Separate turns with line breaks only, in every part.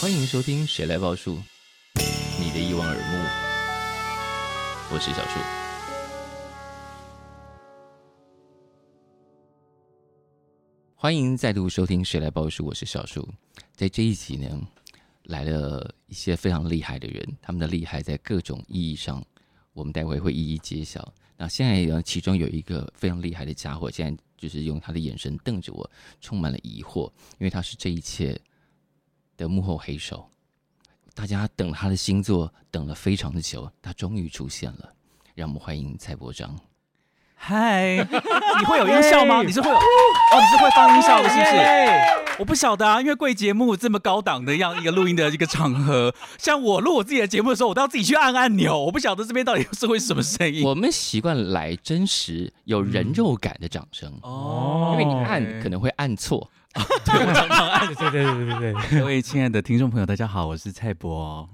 欢迎收听《谁来报数》，你的一望而目，我是小树。欢迎再度收听《谁来报数》，我是小树。在这一集呢，来了一些非常厉害的人，他们的厉害在各种意义上，我们待会会一一揭晓。那现在呢，其中有一个非常厉害的家伙，现在就是用他的眼神瞪着我，充满了疑惑，因为他是这一切的幕后黑手。大家等他的星座等了非常的久，他终于出现了。让我们欢迎蔡伯章。
嗨，你会有音效吗？你是会有哦，你是会放音效的，是不是？我不晓得啊，因为贵节目这么高档的样一个录音的一个场 合，像我录我自己的节目的时候，我都要自己去按按钮，我不晓得这边到底是会是什么声音。
我们习惯来真实、有人肉感的掌声，
哦
因为你按可能会按错。
对对对对对对，
各位亲爱的听众朋友，大家好，我是蔡博。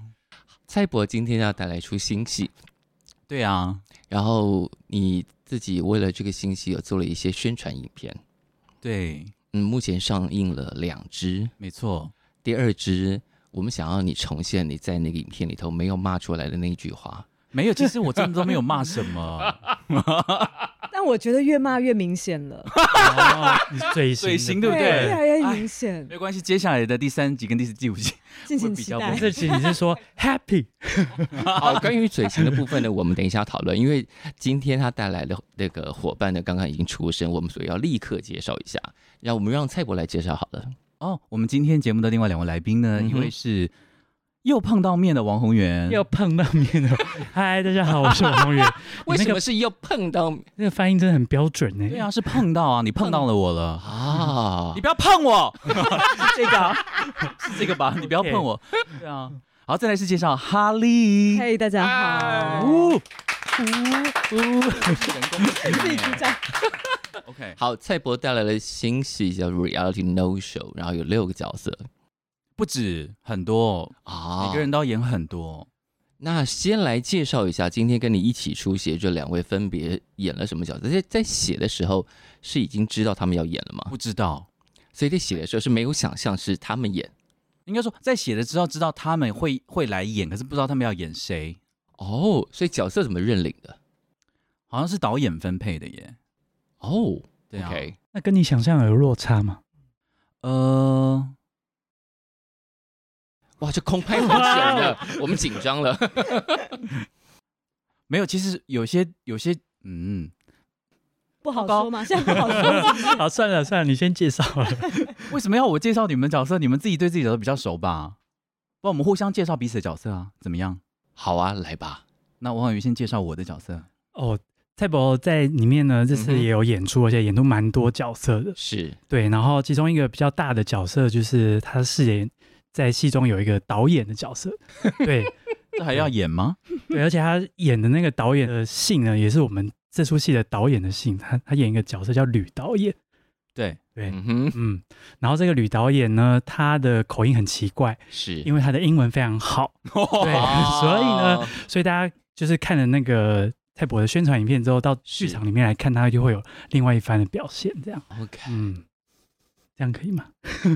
蔡伯今天要带来一出新戏，
对啊，
然后你自己为了这个新戏有做了一些宣传影片。
对，
嗯，目前上映了两支，
没错，
第二支我们想要你重现你在那个影片里头没有骂出来的那一句话。
没有，其实我真的都没有骂什 么。
但我觉得越骂越明显了，
你是最新
最
的
新对不对？
越来越
哎
明显，
没关系，接下来的第三集跟第四第五 集，
敬请
会比
期
较
待
不
但
明。显
是其实你是说 happy
好，关于嘴型的部分呢，我们等一下讨论，因为今天他带来的那个伙伴呢，刚刚已经出声，我们所以要立刻介绍一下。让我们让蔡伯来介绍好了。
哦，我们今天节目的另外两位来宾呢，
嗯
一
哼
位是又碰到面的王宏源，
要碰到面的，嗨，大家好，我是王宏源。
为
你
什
那
么
个
是要碰到
那个发音真的很标准呢？
对啊，是碰到啊，你碰到了我了。
啊
你？不要碰我，是 这 个啊是这个吧？你不要碰我。对啊，好，再来是介绍哈利，
嘿，大家好，
呜
人工智能
自己鼓掌。
OK，
好，蔡博带来了新戏叫《Reality No Show》，然后有六个角色
不止很多，
啊
每个人都要演很多。
那先来介绍一下，今天跟你一起出席这两位分别演了什么角色？在在写的时候是已经知道他们要演了吗？
不知道，
所以在写的时候是没有想象是他们演
应该说在写的时候知道他们会会来演，可是不知道他们要演谁，
哦，所以角色怎么认领的？
好像是导演分配的耶。
哦
对啊，
，OK，
那跟你想象有落差吗？
呃，
哇，这空拍很久的，我们紧张了。
没有，其实有些有些，嗯，
不好说嘛，现在不好说。
好，算了算了，你先介绍了。
为什么要我介绍你们角色？你们自己对自己角色比较熟吧？不，我们互相介绍彼此的角色啊，怎么样？
好啊，来吧。
那王婉瑜先介绍我的角色。
哦，蔡博在里面呢，
嗯
这次
哼
也有演出，而且演出蛮多角色的。
是
对，然后其中一个比较大的角色就是他饰演在戏中有一个导演的角色，对，
这还要演 吗？
对，而且他演的那个导演的姓呢，也是我们这出戏的导演的姓。他他演一个角色叫吕导演，
对，
对，
嗯哼，
嗯。然后这个吕导演呢，他的口音很奇怪，
是，
因为 他的英文非常好，对，所以
哦
呢，所以大家就是看了那个泰博的宣传影片之后，到剧
是
场里面来看，他就会有另外一番的表现，这样，
哦，OK，
嗯，这样可以吗？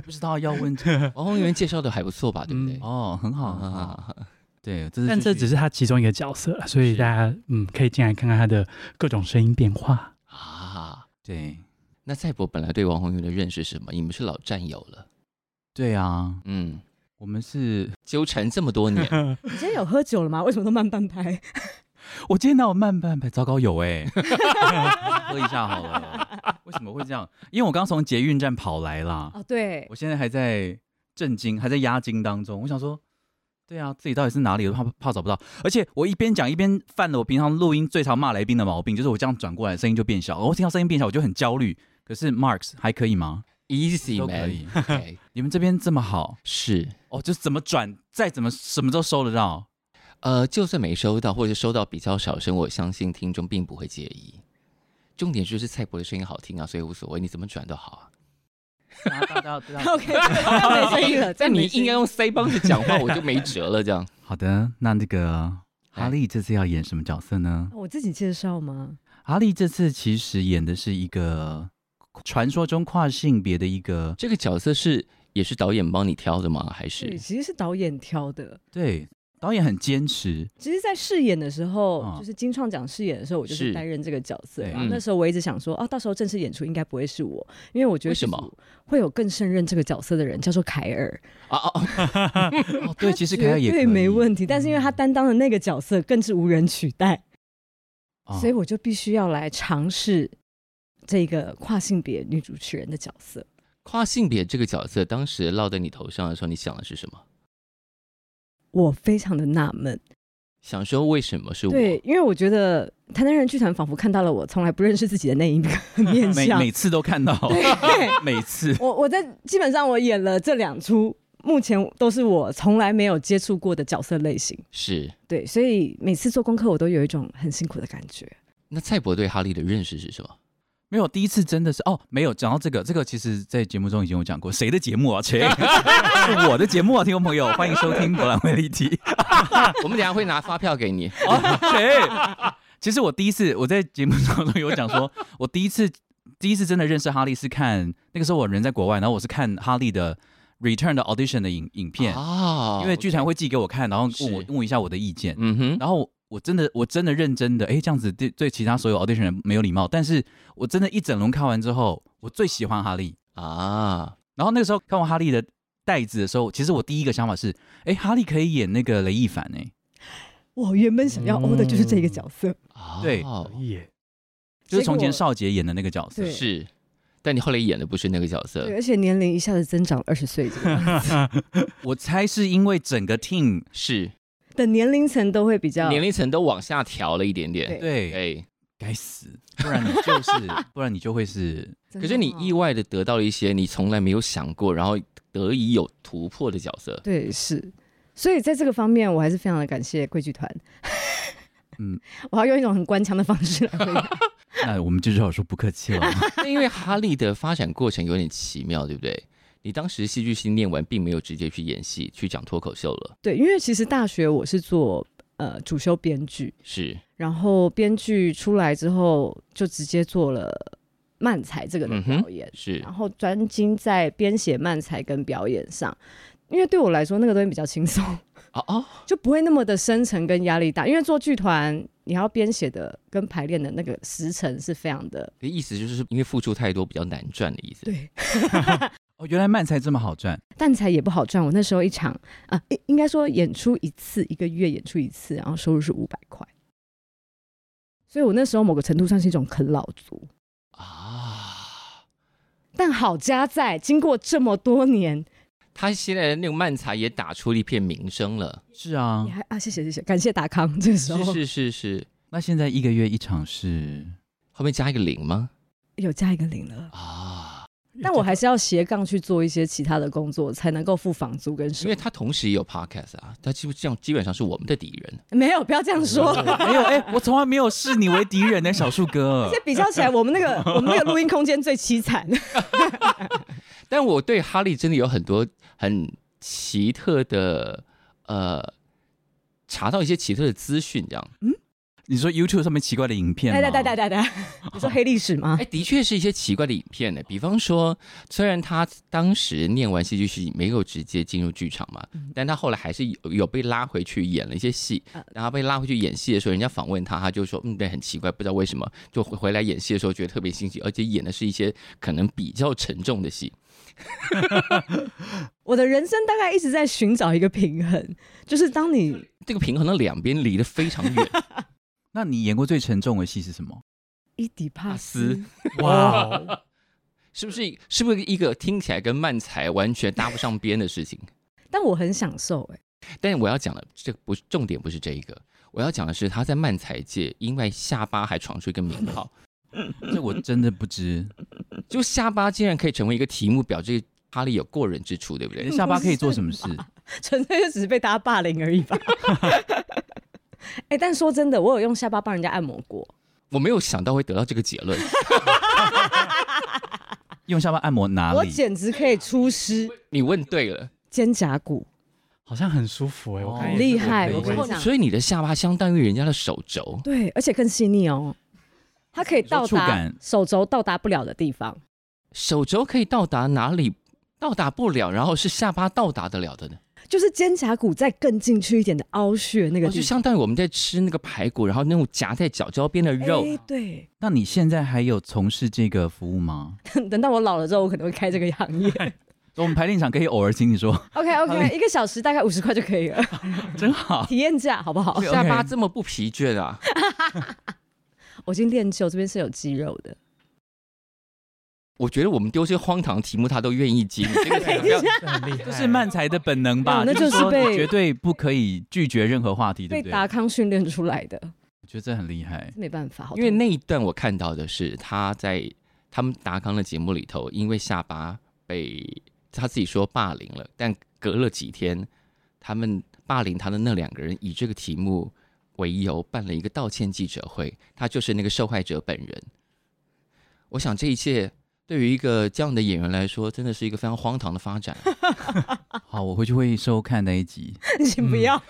不知道要问这
王宏哦源介绍的还不错吧？对不对？
哦，很好，很好。
啊，
对，这是
但这
继续
只是他其中一个角色啦，所以
是
大家嗯可以进来看看他的各种声音变化。
啊，
对
那蔡伯本来对王宏源的认识是什么？你们是老战友了，
对啊，
嗯，
我们是，
纠缠这么多年，
你今天有喝酒了吗？为什么都慢半拍？
我今天哪有慢半拍？糟糕，有 哎、喝一下好了。为什么会这样？因为我刚从捷运站跑来啦，
哦，对，
我现在还在震惊，还在压惊当中。我想说。对啊，自己到底是哪里？怕怕找不到。而且我一边讲一边犯了我平常录音最常骂来宾的毛病，就是我这样转过来声音就变小，哦我听到声音变小我就很焦虑。可是 Marks 还可以吗？
Easy
都可以
man，OK，
你们这边这么好
是，
哦，就是怎么转，再怎么什么都收得到。
呃，就算没收到或者收到比较少声，我相信听众并不会介意。重点就是蔡伯的声音好听啊，所以无所谓，你怎么转都好啊。
大家大家 知道
OK，这样没声音 了，
但
这样
你
没声
应
音
该用腮帮子讲话，我就没辙了。这样
好的，那那个
来
哈利这次要演什么角色呢？
我自己介绍吗？
哈利这次其实演的是一个传说中跨性别的一个，
这个角色是也是导演帮你挑的吗？还
对，
是
其实是导演挑的。
对，导演很坚持，
其实，在饰演的时候，
嗯
就是金创奖饰演的时候，我就是是担任这个角色。
对
然后
嗯
那时候我一直想说，啊，到时候正式演出应该不会是我，因为我觉得
为什么
剧组会有更胜任这个角色的人，叫做凯尔。
啊啊啊！
哦，对，其实凯
绝
尔也可
对
以
没问题。但是因为他担当的那个角色更是无人取代，
哦
所以我就必须要来尝试这个跨性别女主持人的角色。
跨性别这个角色当时落在你头上的时候，你想的是什么？
我非常的纳闷，
想说为什么是我？
对，因为我觉得台南人剧团仿佛看到了我从来不认识自己的 那一个面
每
相。
每次都看到，
对，
每次
我我在基本上我演了这两出，目前都是我从来没有接触过的角色类型。
是
对，所以每次做功课我都有一种很辛苦的感觉。
那蔡伯对哈利的认识是什 么？
没有第一次真的是哦，没有讲到这个，这个其实在节目中已经有讲过，谁的节目啊？谁？ 是我的节目啊，听众朋友，欢迎收听《博览会立体》。
我们等一下会拿发票给你。
哦
啊，谁？其实我第一次我在节目当中有讲说，我第一次第一次真的认识哈利是看那个时候我人在国外，然后我是看哈利的 Return 的 audition 的影影片，
哦
啊
因为剧团会寄给我看，然后问我
是
问一下我的意见，
嗯哼，
然后。我真的，我真的认真的，哎，这样子对对其他所有 audition 人没有礼貌。但是我真的，一整轮看完之后，我最喜欢哈利。
啊，
然后那个时候看完哈利的袋子的时候，其实我第一个想法是，哎，哈利可以演那个雷亦凡哎、诶
我原本想要
嗯
欧的就是这个角色，
啊
对
耶，
就是从
结
前
果
少杰演的那个角色。
对
是，但你后来演的不是那个角色
对，，而且年龄一下子增长二十岁这个样子，
我猜是因为整个 team
是
的年龄层都会比较
年龄层都往下调了一点点。哎
对，
对
对，
该死，不然你就是，不然你就会是，
啊
可是你意
外
外的得到了一些你从来没有想过，然后得以有突破的角色。
对是，所以在这个方面，我还是非常的感谢贵剧团。
嗯，
我要用一种很官腔的方式来回答。
那我们就只好说不客气 了。
那因为哈利的发展过程有点奇妙，对不对？你当时戏剧系念完，并没有直接去演戏，去讲脱口秀了，
对，因为其实大学我是做呃主修编剧，
是
然后编剧出来之后就直接做了漫才这个的
嗯哼
表演，
是
然后专精在编写漫才跟表演上，因为对我来说那个东西比较轻松。
哦哦，
就不会那么的深沉跟压力大，因为做剧团你要编写的跟排练的那个时程是非常的
意思就是因为付出太多比较难赚的意思。
对，
哦，原来漫才这么好赚，
但才也不好赚。我那时候一场啊，应应该说演出一次，一个月演出一次，然后收入是五百块，所以我那时候某个程度上是一种啃老族。
啊，
但好家在，经过这么多年，
他现在的那个漫才也打出了一片名声了，
是啊
你。还啊，谢谢谢谢，感谢达康。哦这个时
嗯是
候
是是是，
那现在一个月一场是，
后面加一个零吗？
有加一个零了，
啊，
但我还是要斜杠去做一些其他的工作，才能够付房租跟
因
什
为
么。
他同时也有 podcast 啊，他基本上基本上是我们的敌人。
没有，不要这样说。
没有哎、我从来没有视你为敌人呢，小树 哥
这。比较起来，我们那个我们那个录音空间最凄惨。
但我对哈利真的有很多很奇特的，呃，查到一些奇特的资讯，这样。
你说 YouTube 上面奇怪的影片吗？
来来来来来来，你说黑历史吗
哎，？的确是一些奇怪的影片呢。比方说，虽然他当时念完戏剧系没有直接进入剧场嘛，但他后来还是有有被拉回去演了一些戏
啊。
然后被拉回去演戏的时候，人家访问他，他就说：“嗯，对，很奇怪，不知道为什么，就回回来演戏的时候觉得特别新奇，而且演的是一些可能比较沉重的戏。
我的人生大概一直在寻找一个平衡，就是当你
这个平衡的两边离得非常远。
那你演过最沉重的戏是什么？
伊底帕
阿
斯
斯，
哇
哇，
是不是是不是一个听起来跟漫才完全搭不上边的事情？
但我很享受哎、
但是我要讲的这个不是重点，不是这一个，我要讲的是他在漫才界因为下巴还闯出一个名号，
这我真的不 知。
就下巴竟然可以成为一个题目，表示哈利有过人之处，对不
你的
对？
下巴可以做什么事？
纯粹就只是被大家霸凌而已吧。 哎、但说真的，我有用下巴帮人家按摩过，
我没有想到会得到这个结论，
用下巴按摩哪
我
里？
简直可以出师
你问对了。
肩胛骨。
好像很舒服哎，我看
哦很
也
厉
是
害
我
我
可以
跟你讲
所以你的下巴相当于人家的手肘，
对，而且更细腻哦，它可以
你说
到
触
达
感
手肘到达不了的地方。
手肘可以到达哪里？到达不了，然后是下巴到达得了的呢？
就是肩胛骨再更进去一点的凹穴那个
哦
地
就
方，
相当于我们在吃那个排骨，然后那种夹在脚脚边的肉。
哎对，
那你现在还有从事这个服务吗？
等到我老了之后，我可能会开这个行业。
我们排练场可以偶尔请你 说，
OK
好
OK，一个小时大概五十块就可以了，
真好。
体验价好不 好？
下巴这么不疲倦啊！
我已经练就这边是有肌肉的，
我觉得我们丢些荒唐题目，他都愿意接。你这个才
等一下
这很厉害，
这是漫才的本能吧？
没哎有那就是
说
被
你绝对不可以拒绝任何话题，对
被
不对？
达
我
康训练出来的，
觉得这很厉害。
没办法，好
因为
痛
那一段我看到的是他在他们达康的节目里头，因为下巴被他自己说霸凌了，但隔了几天，他们霸凌他的那两个人以这个题目为由办了一个道歉记者会，他就是那个受害者本人。我想这一切对于一个这样的演员来说，真的是一个非常荒唐的发展。
好，我回去会收看那一集。
苦 请不要。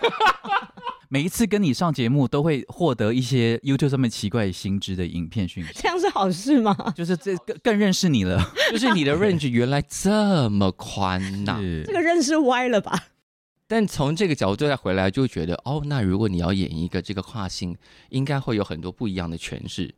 每一次跟你上节目，都会获得一些 YouTube 上面奇怪新知的影片讯息，
这样是好事吗？
就是这更更认识你了。
就是你的 range 原来这么宽呐、
是
这个认识歪了吧？
但从这个角度再回来，就觉得哦，那如果你要演一个这个跨性，应该会有很多不一样的诠释，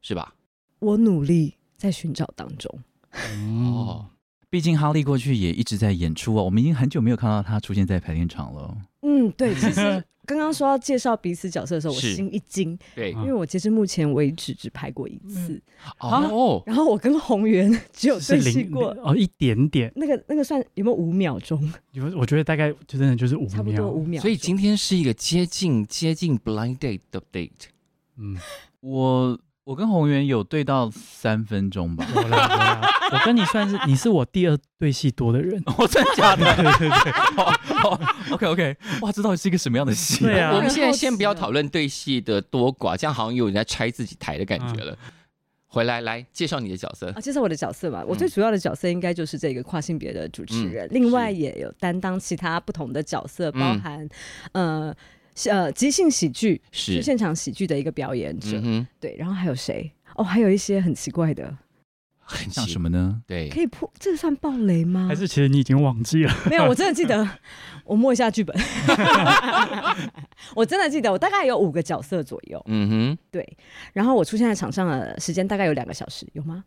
是吧？
我努力在寻找当中，
哦
哦，
毕竟哈利过去也一直在演出啊，我们已经很久没有看到他出现在排练场了。
嗯，对，其实刚刚说要介绍彼此角色的时候，我
是
心一惊，
对
因为我截至目前为止只拍过一次，
哦，
然后我跟红源 只有
是
对戏
零
过。
哦一点点，
那个那个算有没有五秒钟？
有我觉得大概就真的就是五
差不多
秒，
五秒钟。
所以今天是一个接近接近 blind date 的 date，
嗯，，
我我跟宏源有对到三分钟吧
有啦有啦我跟你算是你是我第二对戏多的
哦
人，
我真的假的
对对对，
？OK OK，哇，这到底是一个什么样的戏？
对啊
我们现在先不要讨论对戏的多寡，这样好像有人在拆自己台的感觉了。回来来介绍你的角色
啊，，介绍我的角色嘛，我最主要的角色应该就是这个跨性别的主持人，
嗯
另外也有担当其他不同的角色，
嗯，
包含、呃是呃即兴喜剧，就是现场喜剧的一个表演者，
嗯哼，
对，然后还有谁？哦，还有一些很奇怪的，
很
像什
么？
么呢？
对嗯
可，以破，这个算暴雷吗？
还是其实你已经忘记了，
没有？我真的记得， 我摸一下剧本， 我真的记得，我大概有五个角色左右，
嗯
对，然后我出现在场上的时间大概有两个小时，有 吗？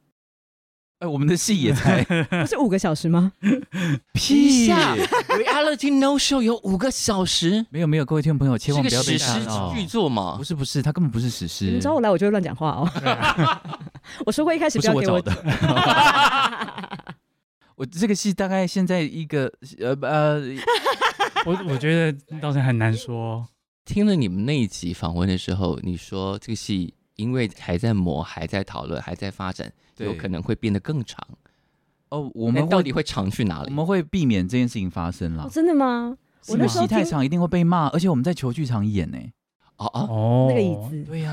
哎，我们的戏也才
不是五个小时吗？
哼，一下 reality no show 有五个小时，
没有没有，各位听众朋友千
是
万
个
不要被
史
吓
诗啊
到。
巨作嘛
不？是不是，他根本不是史
你
诗
们，找我来，我就会乱讲话哦。
啊
我说过一开始
不是
不要
我
给
找
我
的。我这个戏大概现在一个呃呃，
我我觉得倒是很难说，
听了你们那一集访问的时候，你说这个戏因为还在磨、还在讨论、还在发展，
对
有可能会变得更长。
哦，我
我
们
到
会
底会长去哪
我
里？
们会避免这件事情发生啦
哦，。真的吗？我那时候
戏太
听
长一定会被骂，而且我们在球剧场演 呢。
哦哦，
哦，
那个椅子
对呀，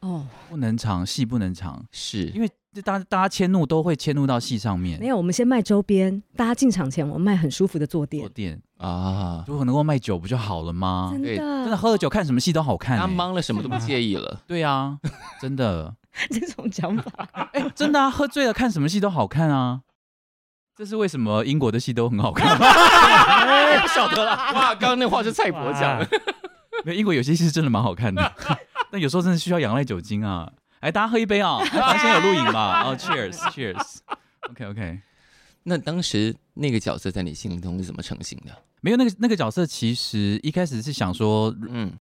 哦，
不能长，戏不能长，
是
因为这大大家迁怒都会迁怒到戏上面。
没有，我们先卖周边，大家进场前我们卖很舒服的
坐
坐垫，
垫，
啊，
如果能够卖酒不就好了吗？
啊哎真
对
的，
真的喝了酒看什么戏都好看、
他
欸。
忙了，什么都不介意 了。
对啊，真的，
这种讲法，
哎、真的啊，喝醉了看什么戏都好看啊。这是为什么英国的戏都很好看？
哎， 不晓得了。哇，刚刚那话是蔡伯讲的。
没有，英国有些戏是真的蛮好看的，但有时候真的需要仰赖酒精啊。哎，大家喝一杯 啊！咱现在有录影嘛？哦，Cheers，Cheers。OK OK，
那当时那个角色在你心里中是怎么成型的？
没有那个那个角色，其实一开始是想说，
嗯，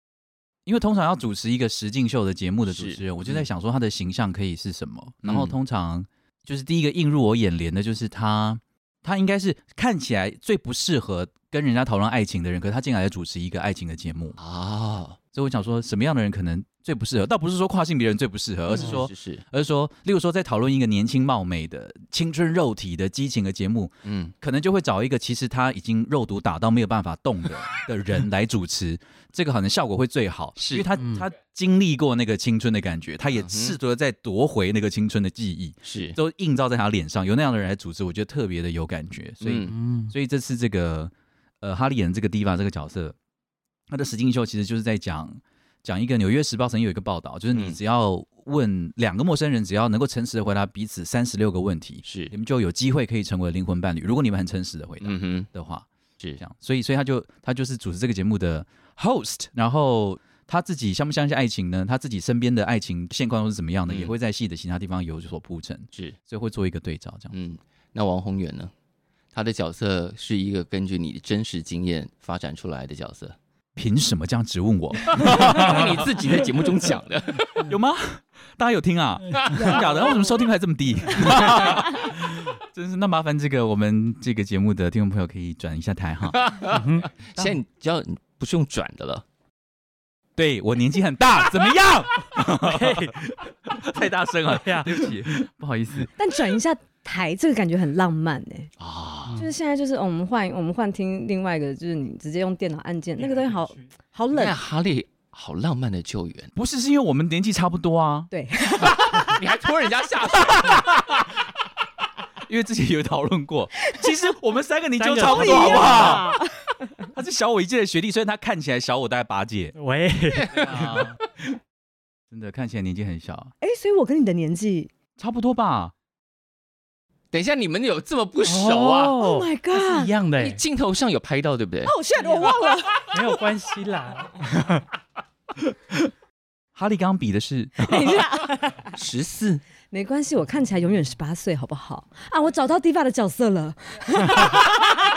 因为通常要主持一个实境秀的节目的主
是
持人，我
嗯
就在想说他的形象可以是什么。然后
嗯
通常就是第一个映入我眼帘的就是他，他应该是看起来最不适合跟人家讨论爱情的人，可是他竟然在主持一个爱情的节目，
啊，
所以我想说，什么样的人可能最不适合？倒不是说跨性别人最不适合，而是说，
嗯是是，
而是说，例如说，在讨论一个年轻貌美的、青春肉体的激情的节目，
嗯，
可能就会找一个其实他已经肉毒打到没有办法动的 的人来主持，这个可能效果会最好，
是
因为他、
嗯
他经历过那个青春的感觉，他
嗯
也
哼
试图地在夺回那个青春的记忆，
是，
都映照在他脸上。有那样的人来主持，我觉得特别的有感觉，所以、
嗯
嗯，
所以这次这个呃哈利演的这个 diva 这个角色，他的实境秀其实就是在讲讲一个《纽约时报》曾经有一个报道，就是你
嗯
只要问两个陌生人，只要能够诚实的回答彼此三十六个问题，
是
你，们就有机会可以成为灵魂伴侣。如果你们很诚实的回答
嗯哼，
的话，
是
这，样，所以所以他就他就是主持这个节目的 host，然后他自己相不相信爱情呢？他自己身边的爱情现况又是怎么样的，
嗯
也会在戏的其他地方有所铺陈，
是，
所以会做一个对照这样。
嗯，那王宏远呢？他的角色是一个根据你的真实经验发展出来的角 色，
凭什么这样质问我？
因为你自己在节目中讲的，
有吗？大家有听啊？真的假的？为什么收听率还这么低？ 真是那麻烦这个我们这个节目的听众朋友可以转一下台哈。
现在你只要你不是用转的了，
对我年纪很大，怎么样？ 太大声了
对啊
对不起，不好意思。
但转一下台，这个感觉很浪漫哎、
啊，
就是现在就是、哦我们换我们换听另外一个，就是你直接用电脑按键，那个哎东西好好冷
那，哈利好浪漫的救援，
不是，是因为我们年纪差不多啊。
对，
你还拖人家下水，
因为之前有讨论过，其实我们三个你就
三个啊
差不多，好
不一
不
样
好？他是小我一届的学弟，虽然他看起来小我大概八届，
喂，
真的看起来年纪很小，
哎、所以我跟你的年纪、
差不多吧？
等一下你们有这么不熟啊？
o h Oh my
是一
God，
样的
你
欸，
镜头上有拍到对不对？
哦，现在我忘了，
没有关系啦。
哈利刚刚比的是
等一下，
十四，
没关系，我看起来永远十八岁，好不好？啊，我找到 Diva 的角色了，
啊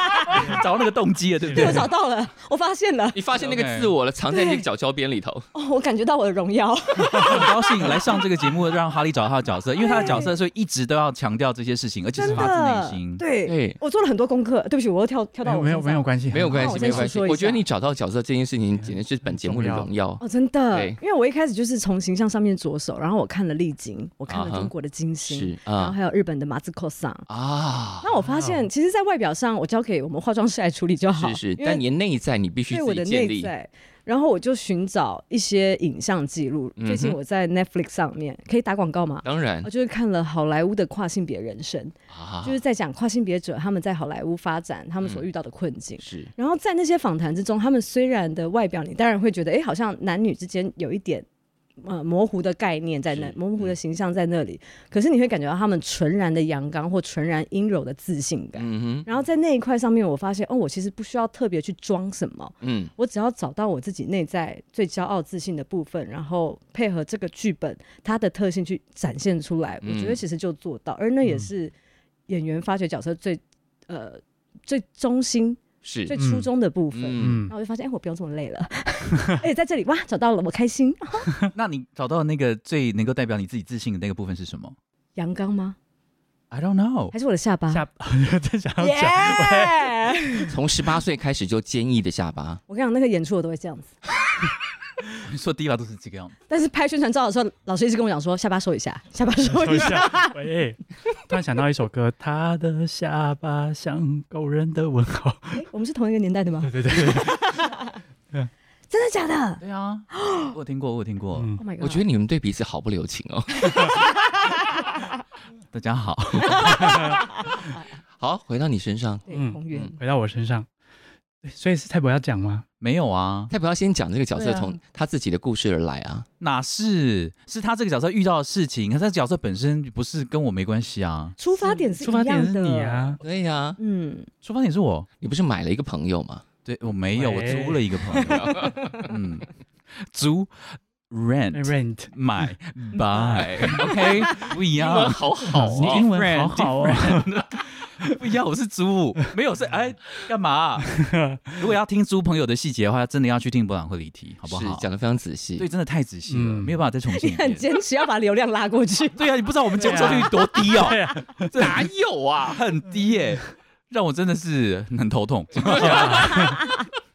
找到那个动机了，对不
对我
对？
找到了，我发现了，
你发现那个自我了，藏在那个角胶边里头。
哦，我感觉到我的荣耀，
很高兴来上这个节目，让哈利找到他的角色，因为他的角色所以一直都要强调这些事情，而且是
真
发自
的
内，心。
对，
对
我做了很多功课，对不起，我又跳跳
没
到
有
我
没有没有
身上，
关系，
没有关系，
那哦我
没
先
有关系。
诉说一
我觉得
下
你找到角色这件事情，简直是本节目的荣耀。
哦，真的
对，
因为我一开始就是从形象上面着手，然后我看了丽晶，我看
啊
了
哈
中国的金星，
是
然
啊
后还有日本的马自扣桑。
啊，
那我发现，其实，在外表上，我交给我们化妆师来处理就好。
是是，
因为
但你的内在你必须
对我
自
的
己建
内
立。
在，然后我就寻找一些影像记录。
嗯哼
最近我在 Netflix 上面可以打广告吗？
当然
我就是看了好莱坞的跨性别人生，
啊，
就是在讲跨性别者他们在好莱坞发展他们所遇到的困境。
是
然后在那些访谈之中，他们虽然的外表，你当然会觉得，哎，好像男女之间有一点呃模糊的概念在那
是，嗯
模糊的形象在那里，可是你会感觉到他们纯然的阳刚或纯然阴柔的自信感。
嗯哼
然后在那一块上面，我发现哦，我其实不需要特别去装什么，
嗯
我只要找到我自己内在最骄傲自信的部分，然后配合这个剧本它的特性去展现出来，
嗯
我觉得其实就做到。而那也是演员发掘角色最呃最中心、
是
最初衷的部分。
嗯
嗯
然后，我就发现，哎，我不用这么累了。 而且在这里哇，找到了，我开心。哦
那你找到那个最能够代表你自己自信的那个部分是什么
阳刚吗？
？I don't know
还。是我的下巴？
下 真想要
啊耶
讲，
从十八岁开始就坚毅的下巴，
我跟你讲，那个演出我都会这样子。
说 diva 都是这个样子。
但是拍宣传照的时候，老师一直跟我讲说，下巴收一下，下巴收
说一
一下。
下，喂，突然想到一首歌，他的下巴像狗人的问号，
哎，我们是同一个年代的吗？
对对对，
真的假的
对啊， 我有听过，我有听过。
嗯
？Oh my god！
我觉得你们对彼此好不留情哦。
大家好，
好，回到你身上，
对
嗯
红源
嗯
回到我身上，对所以是蔡博要讲吗？
没有啊，
他不要先讲这个角色
对啊
从他自己的故事而来啊。
哪是是他这个角色遇到的事情，可是他角色本身不是跟我没关系啊，
出发点是
出
一
发点
样
是
的。
你啊，
对呀、
嗯，
出发点是我，
你不是买了一个朋友吗？
对我没有，我
喂
租了一个朋友，嗯，租 rent
rent，
买 buy，OK，不一样，
好好
你英文好好哦，
啊 不一样，我是租，没有是哎干嘛？如果要听租朋友的细节的话，真的要去听博览会里提，好不好
是？讲的非常仔细。
对，真的太仔细了，
嗯
没有办法再重新
你
一
很
遍。。
坚持要把流量拉过去
对啊，你不知道我们节目收听率多低哦，
对啊，
这哪有啊， 很低耶、让我真的是很头痛。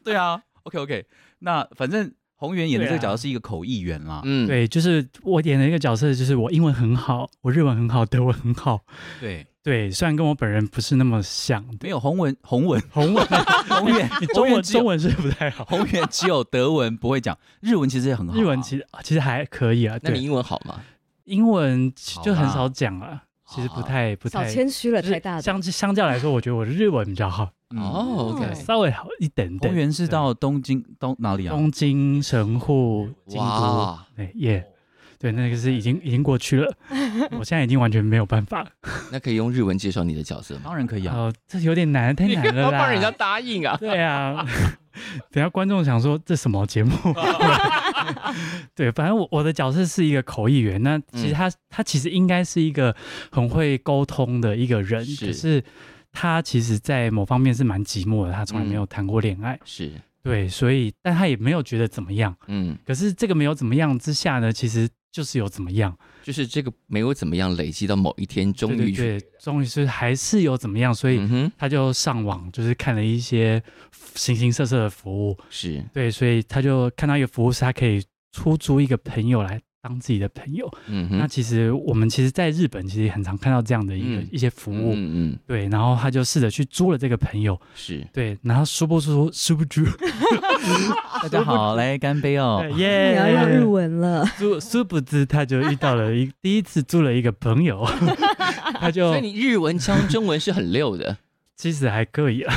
对啊，OK OK，那反正宏源演的这个角
对
色
啊
是一个口译员啦，
嗯，
对，就是我演的一个角色，就是我英文很好，我日文很好，德文很好。
对，
对，虽然跟我本人不是那么像，
没有宏文，宏 文，
红文
宏源，
中
宏
文
源只
中
有
文是不太好，
宏源只有德文不会讲，日文其实也很好啊，
日文其实其实还可以啊。
那你
对，
英文好吗？
英文其
好
就很
啦
少讲了，其实不太 不
少
太。
谦虚了，
就是
太大的。
相相较来说，我觉得我日文比较好，
嗯
哦
对
，OK，
稍微好一点
宏
点。
源是到东京东哪里啊？
东京、神户、京都，
哇，
对耶，对，那个是已经已经过 去了，我现在已经完全没有办法了。
那可以用日文介绍你的角色 吗？
当然可以啊，
哦，这有点难，太难了
要
啦。
帮人家答应 啊？
对啊， 等一下观众想说这什么节目？ 对，反正我我的角色是一个口译员，
嗯
那其实他、他其实应该是一个很会沟通的一个人，
是
可是他其实，在某方面是蛮寂寞的，他从来没有谈过恋爱，
是，
对，所以但他也没有觉得怎么样。
嗯，
可是这个没有怎么样之下呢，其实就是有怎么样，
就是这个没有怎么样累积到某一天，终于
对对对，终于是还是有怎么样，所以。
嗯哼，
他就上网，就是看了一些形形色色的服务，
是，
对，所以他就看到一个服务是他可以出租一个朋友来当自己的朋友。
嗯
那
哼，
其实我们其实在日本其实很常看到这样的一个、
嗯
一些服务，
嗯嗯，
对，然后他就试着去租了这个朋友，
是，
对，然后殊不知殊不知，
大家好，来干杯哦，
对
你要啊用日
耶，
文了，
殊殊不知他就遇到了一 第一次租了一个朋 友，他就
所以你日文腔中文是很溜 的，
其实还可以啊，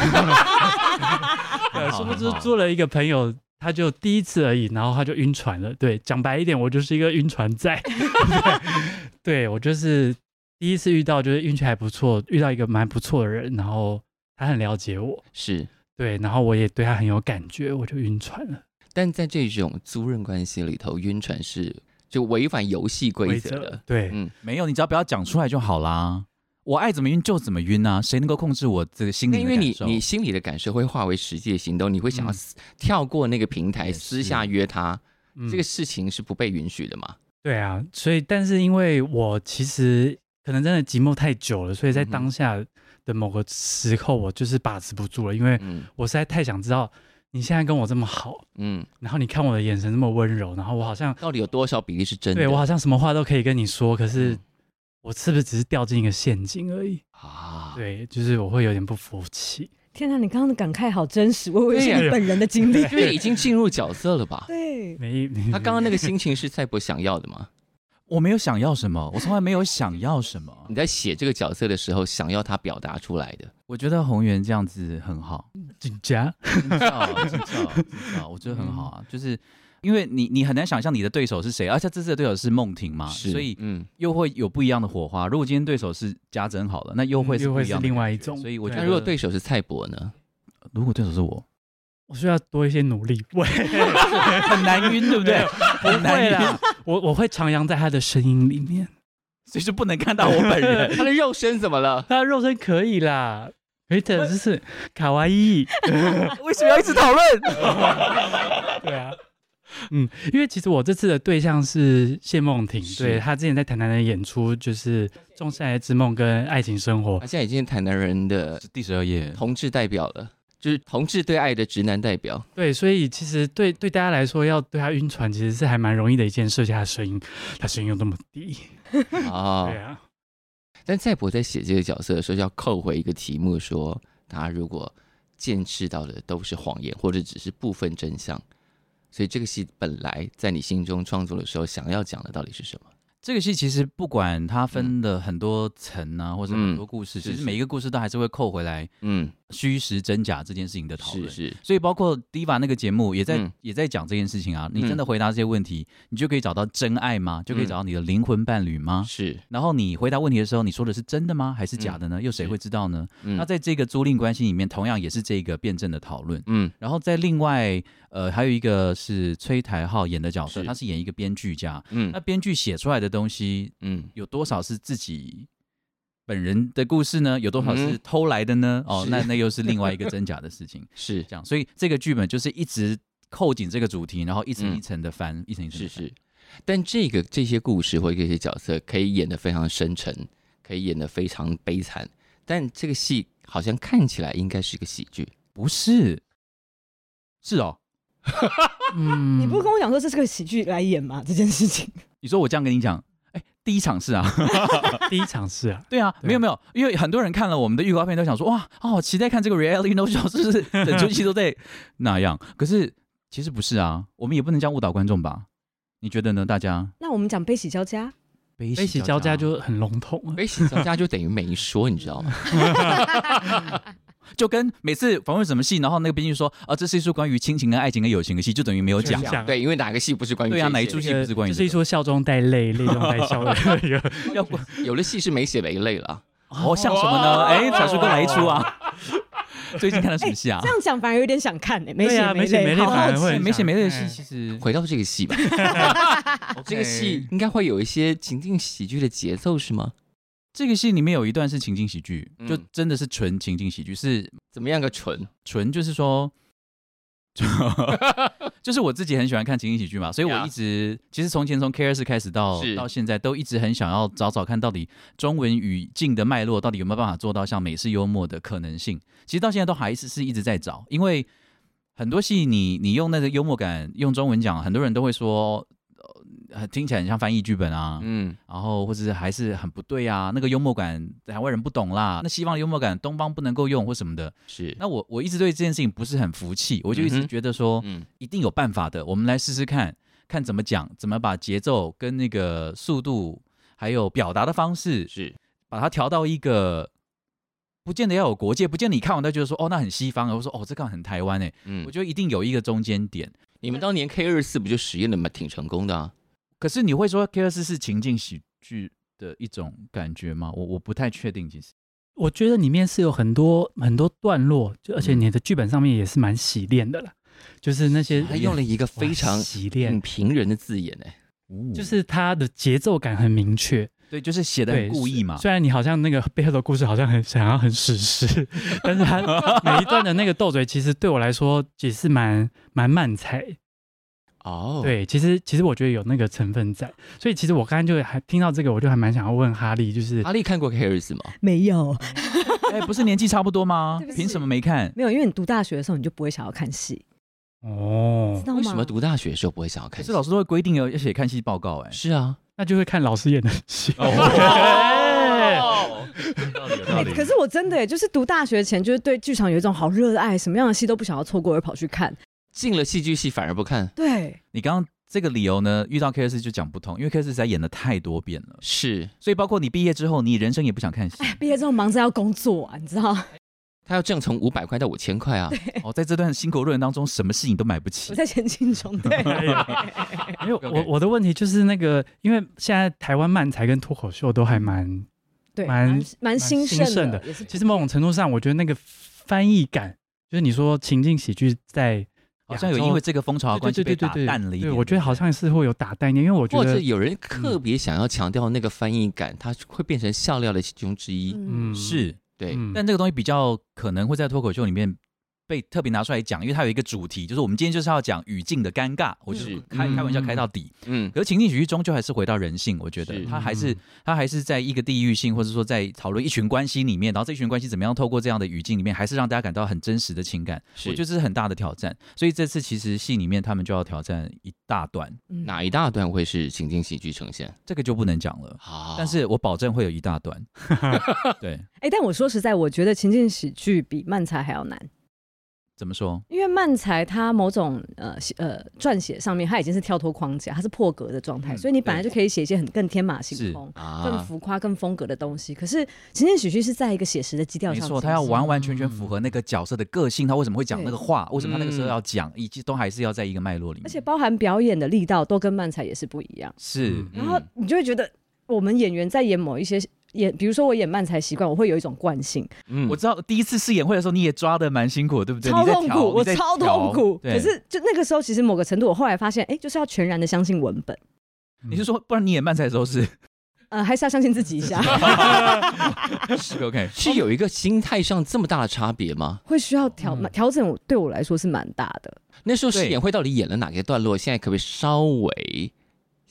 对，呃殊不知
很好
租了一个朋友。他就第一次而已，然后他就晕船了。对，讲白一点，我就是一个晕船仔。 对我就是第一次遇到，就是运气还不错，遇到一个蛮不错的人，然后他很了解我，
是。
对，然后我也对他很有感觉，我就晕船了。
但在这种租赁关系里头，晕船是就违反游戏规则的。
对，
嗯，
没有，你只要不要讲出来就好啦。我爱怎么晕就怎么晕啊，谁能够控制我这个心
那
里
因
的
为
感
你
受？
你心里的感受会化为实际的行动，你会想要
嗯
私跳过那个平台，
也是
私下约他，
嗯
这个事情是不被允许的嘛？
对啊，所以但是因为我其实可能真的寂寞太久了，所以在
嗯哼
当下的某个时候，我就是把持不住了，因为
嗯
我实在太想知道你现在跟我这么好，
嗯，
然后你看我的眼神这么温柔，然后我好像
到底有多少比例是真的？
对我好像什么话都可以跟你说，可是
嗯
我是不是只是掉进一个陷阱而已？
啊，
对，就是我会有点不服气。
天哪！你刚刚的感慨好真实，我以为
对呀
是你本人的经历。
因为已经进入角色了吧？
对，
没，没
他刚刚那个心情是赛博想要的吗？
我没有想要什么，我从来没有想要什么
你。在写这个角色的时候，想要他表达出来的，
我觉得红源这样子很好，
紧张，
真的啊真的啊真的啊我觉得很好啊，就是。因为你你很难想象你的对手是谁，而且这次的对手是梦婷嘛，
是
所以
嗯，
又会有不一样的火花。如果今天对手是家珍好了，那又会是
又
不
会
一
是
样的
另外
感
一
觉
种
所以我觉
对
那
得，
如果对手是蔡博呢？
如果对手是我，
我需要多一些努力。 喂，
很难晕，对不对？
不
很难
会
晕，
啦，我我会徜徉在他的声音 里面。
所以就不能看到我本 人。
他的肉身怎么了？
他的肉身可以啦，而且就是卡哇伊。
为什么要一直讨论？
对啊，嗯，因为其实我这次的对象是谢梦婷，
是
对她之前在台南的演出就是《仲夏夜之梦》跟《爱情生活
他》，现在已经是台南人的
第十二页，
同志代表了，就是同志对爱的直男代 表。
对，所以其实对对大家来说，要对她晕船其实是还蛮容易的一件事，而且她的声音，她声音又那么低，
哦
对，啊，
但蔡博在写这个角色的时候，要扣回一个题目说，他如果见识到的都是谎言，或者只是部分真相，所以这个戏本来在你心中创作的时候，想要讲的到底是什么？
这个戏其实不管它分的很多层啊，或者很多故事，
嗯
其
是
实
是
每一个故事都还是会扣回来
嗯，
虚实真假这件事情的讨
是
论。
是，
所以包括 Diva 那个节目也在、
嗯
也在讲这件事情啊。你
嗯
真的回答这些问题，你就可以找到真爱吗？就可以找到你的灵魂伴侣吗？
是，嗯
然后你回答问题的时候，你说的是真的吗？还是假的呢？又谁
是
会知道呢？
嗯
那在这个租赁关系里面，同样也是这个辩证的讨论。
嗯
然后在另外，呃，还有一个是崔台浩演的角色，
是
他是演一个编剧家。那
嗯
编剧写出来的东西
嗯，
有多少是自己本人的故事呢？有多少是
嗯
偷来的呢？哦，
是
那那又是另外一个真假的事情。
是
这样，所以这个剧本就是一直扣紧这个主题，然后一层
嗯
一层的翻，一层一层
是
地翻。
是，但这个这些故事或这些角色可以演得非常深沉，可以演得非常悲惨，但这个戏好像看起来应该是个喜剧。
不是？是哦，
嗯，
你不是跟我讲说这是个喜剧来演吗？这件事情，
你说我这样跟你讲，哎，第一场是啊，
第一场是啊，
对啊，
对
没有没有，因为很多人看了我们的预告片都想说，哇，哦，好期待看这个 reality no show，是不是 整出戏都在那样？可是其实不是啊，我们也不能这样误导观众吧？你觉得呢？大家
那我们讲悲喜交加，
悲
悲喜交加就很笼统了。
悲喜交加就等于没说，你知道吗？
就跟每次访问什么戏，然后那个编剧说，啊，这是一出关于亲情跟爱情跟友情的戏，就等于没有讲。
讲
对，因为哪个戏不是关于
对啊
这
哪一
些
出戏
这个
不是关于
就
这
是
个
一说笑中带泪，泪中带笑的
要不
有的戏是没写没泪了，
哦，像什么呢？
哇
哎，小叔哥来一出啊！ 最近看了什么戏啊
这？样讲反而有点想看诶、欸没
对
血
啊没血
泪，
没泪
好
反
好
而
奇
会
哎
很
没写
想
没泪的戏，
看
其实
回到这个戏吧，这个戏应该会有一些情境喜剧的节奏是吗？
这个戏里面有一段是情景喜剧，就
嗯
真的是纯情景喜剧，是
怎么样个纯？
纯就 是说，就就是我自己很喜欢看情景喜剧嘛，所以我
Yeah
一直其实从前从 K 二四开始到
是
到现在，都一直很想要找找看到底中文语境的脉络到底有没有办法做到像美式幽默的可能性。其实到现在都还是是一直在找，因为很多戏你你用那个幽默感用中文讲，很多人都会说。呃，听起来很像翻译剧本啊，
嗯，
然后或者是还是很不对啊，那个幽默感台湾人不懂啦，那西方的幽默感东方不能够用或什么的，
是，
那我我一直对这件事情不是很服气，我就一
嗯
直
哼
觉得说、
嗯，
一定有办法的，我们来试试看，看怎么讲，怎么把节奏跟那个速度，还有表达的方式，
是，
把它调到一个。不见得要有国界，不见得你看完都觉得说哦，那很西方啊，我说哦，这个很台湾哎、
嗯，我
我
觉
觉得一定有一个中间点。
得你们当年 K 二四不就实验的蛮挺成功的啊？
可是你会说 K 二四是情境喜剧的一种感觉吗？我我不太确定，其实
我觉得里面是有很多很多段落，就而且
嗯
你的剧本上面也是蛮洗练的啦，就是那些
他用了一个非
哇
常嗯
洗
很
练，
平人的字眼哎，
就是它的节奏感很明确，
对，就是写的很
对，
故意嘛，
虽然你好像那个背后的故事好像很想要很史诗， 但是它每一段的那个斗嘴，其实对我来说也是蛮蛮慢才。
哦，
对，其实其实我觉得有那个成分在，所以其实我刚刚就还听到这个，我就还蛮想要问哈利，就是
阿丽看过 K 二四吗？
没有
哎、不是年纪差不多吗
对不？起
凭什么没看？
没有，因为你读大学的时候你就不会想要看戏，
哦
知，道吗？
为什么读大学的时候不会想要
可
看戏？
是老师都会规定哦要要写看戏报告、哎，
是啊，
那就会看老师演的戏。
哦，
有道理
哎可是我真的耶欸就是读大学前，就是对剧场有一种好热爱，什么样的戏都不想要错过而跑去看。
进了戏剧系反而不看，
对，
你刚刚这个理由呢，遇到 K 四就讲不通，因为 K 四实在演的太多遍了，
是
所以包括你毕业之后，你人生也不想看 戏。
毕业之后忙着要工作啊，你知道，
他要挣从五百块到五千块啊，
哦，在这段辛苦论当中，什么戏你都买不起
我。在前进中。对，
哎呀 因为
OK
我我的问题就是那个，因为现在台湾漫才跟脱口秀都还蛮，
对，
蛮
蛮蛮兴
兴盛
的
的，
也是
其实某种程度上，我觉得那个翻译感，就是你说情境喜剧在
好像有
亚洲
因为这个风潮的啊
对
关系被
对对对
打
对
淡了一
对，
点。
我觉得好像是会有打蛋一点，因为我觉
或者
得
有人特别想要强调那个翻译感，它会变成笑料的其中之一。
嗯，
是，
对，
嗯
但这个东西比较可能会在脱口秀里面被特别拿出来讲，因为它有一个主题，就是我们今天就是要讲语境的尴尬，我就是
是
开
嗯
开玩笑
嗯
开到底。
嗯，
可是情景喜剧终究还是回到人性，我觉得
是
它还
嗯
是它还是在一个地域性，或者说在讨论一群关系里面，然后这一群关系怎么样透过这样的语境里面，还是让大家感到很真实的情感。
是
我觉得这是很大的挑战，所以这次其实戏里面他们就要挑战一大段，
哪一大段会是情景喜剧呈现？啊
这个就不能讲了。
好，
但是我保证会有一 大段，对，
哎，但我说实在，我觉得情境喜剧比漫才还要难，
怎么说？
因为漫才它某种呃写呃撰写上面，它已经是跳脱框架，它是破格的状态，
嗯
所以你本来就可以写一些很更天马行空、更
啊，
浮夸、更风格的东西。可是情境喜剧是在一个写实的基调
没
上进
错，
行，
他要完完全全符合那个角色的个性，他为什么会讲那个话，为什么他那个时候
嗯
要讲，以及都还是要在一个脉络里面。
而且包含表演的力道都跟漫才也是不一样。
是
嗯
然后你就会觉得，我们演员在演某一些演，比如说我演漫才习惯，我会有一种惯性，
嗯
我知道第一次试演会的时候，你也抓的蛮辛苦，对不对？
超
你在
痛
调
苦，我
你在
超痛
调
苦。
对
可是就那个时候，其实某个程度，我后来发现，哎，就是要全然的相信文本，
你是说，不然你演慢才的时候 是
呃，还是要相信自己 一下，
是 OK？
是有一个心态上这么大的差别吗？
会需要调
嗯
调整，对我来说是蛮大的。
那时候
对
演会到底演了哪些段落？现在可不可以稍微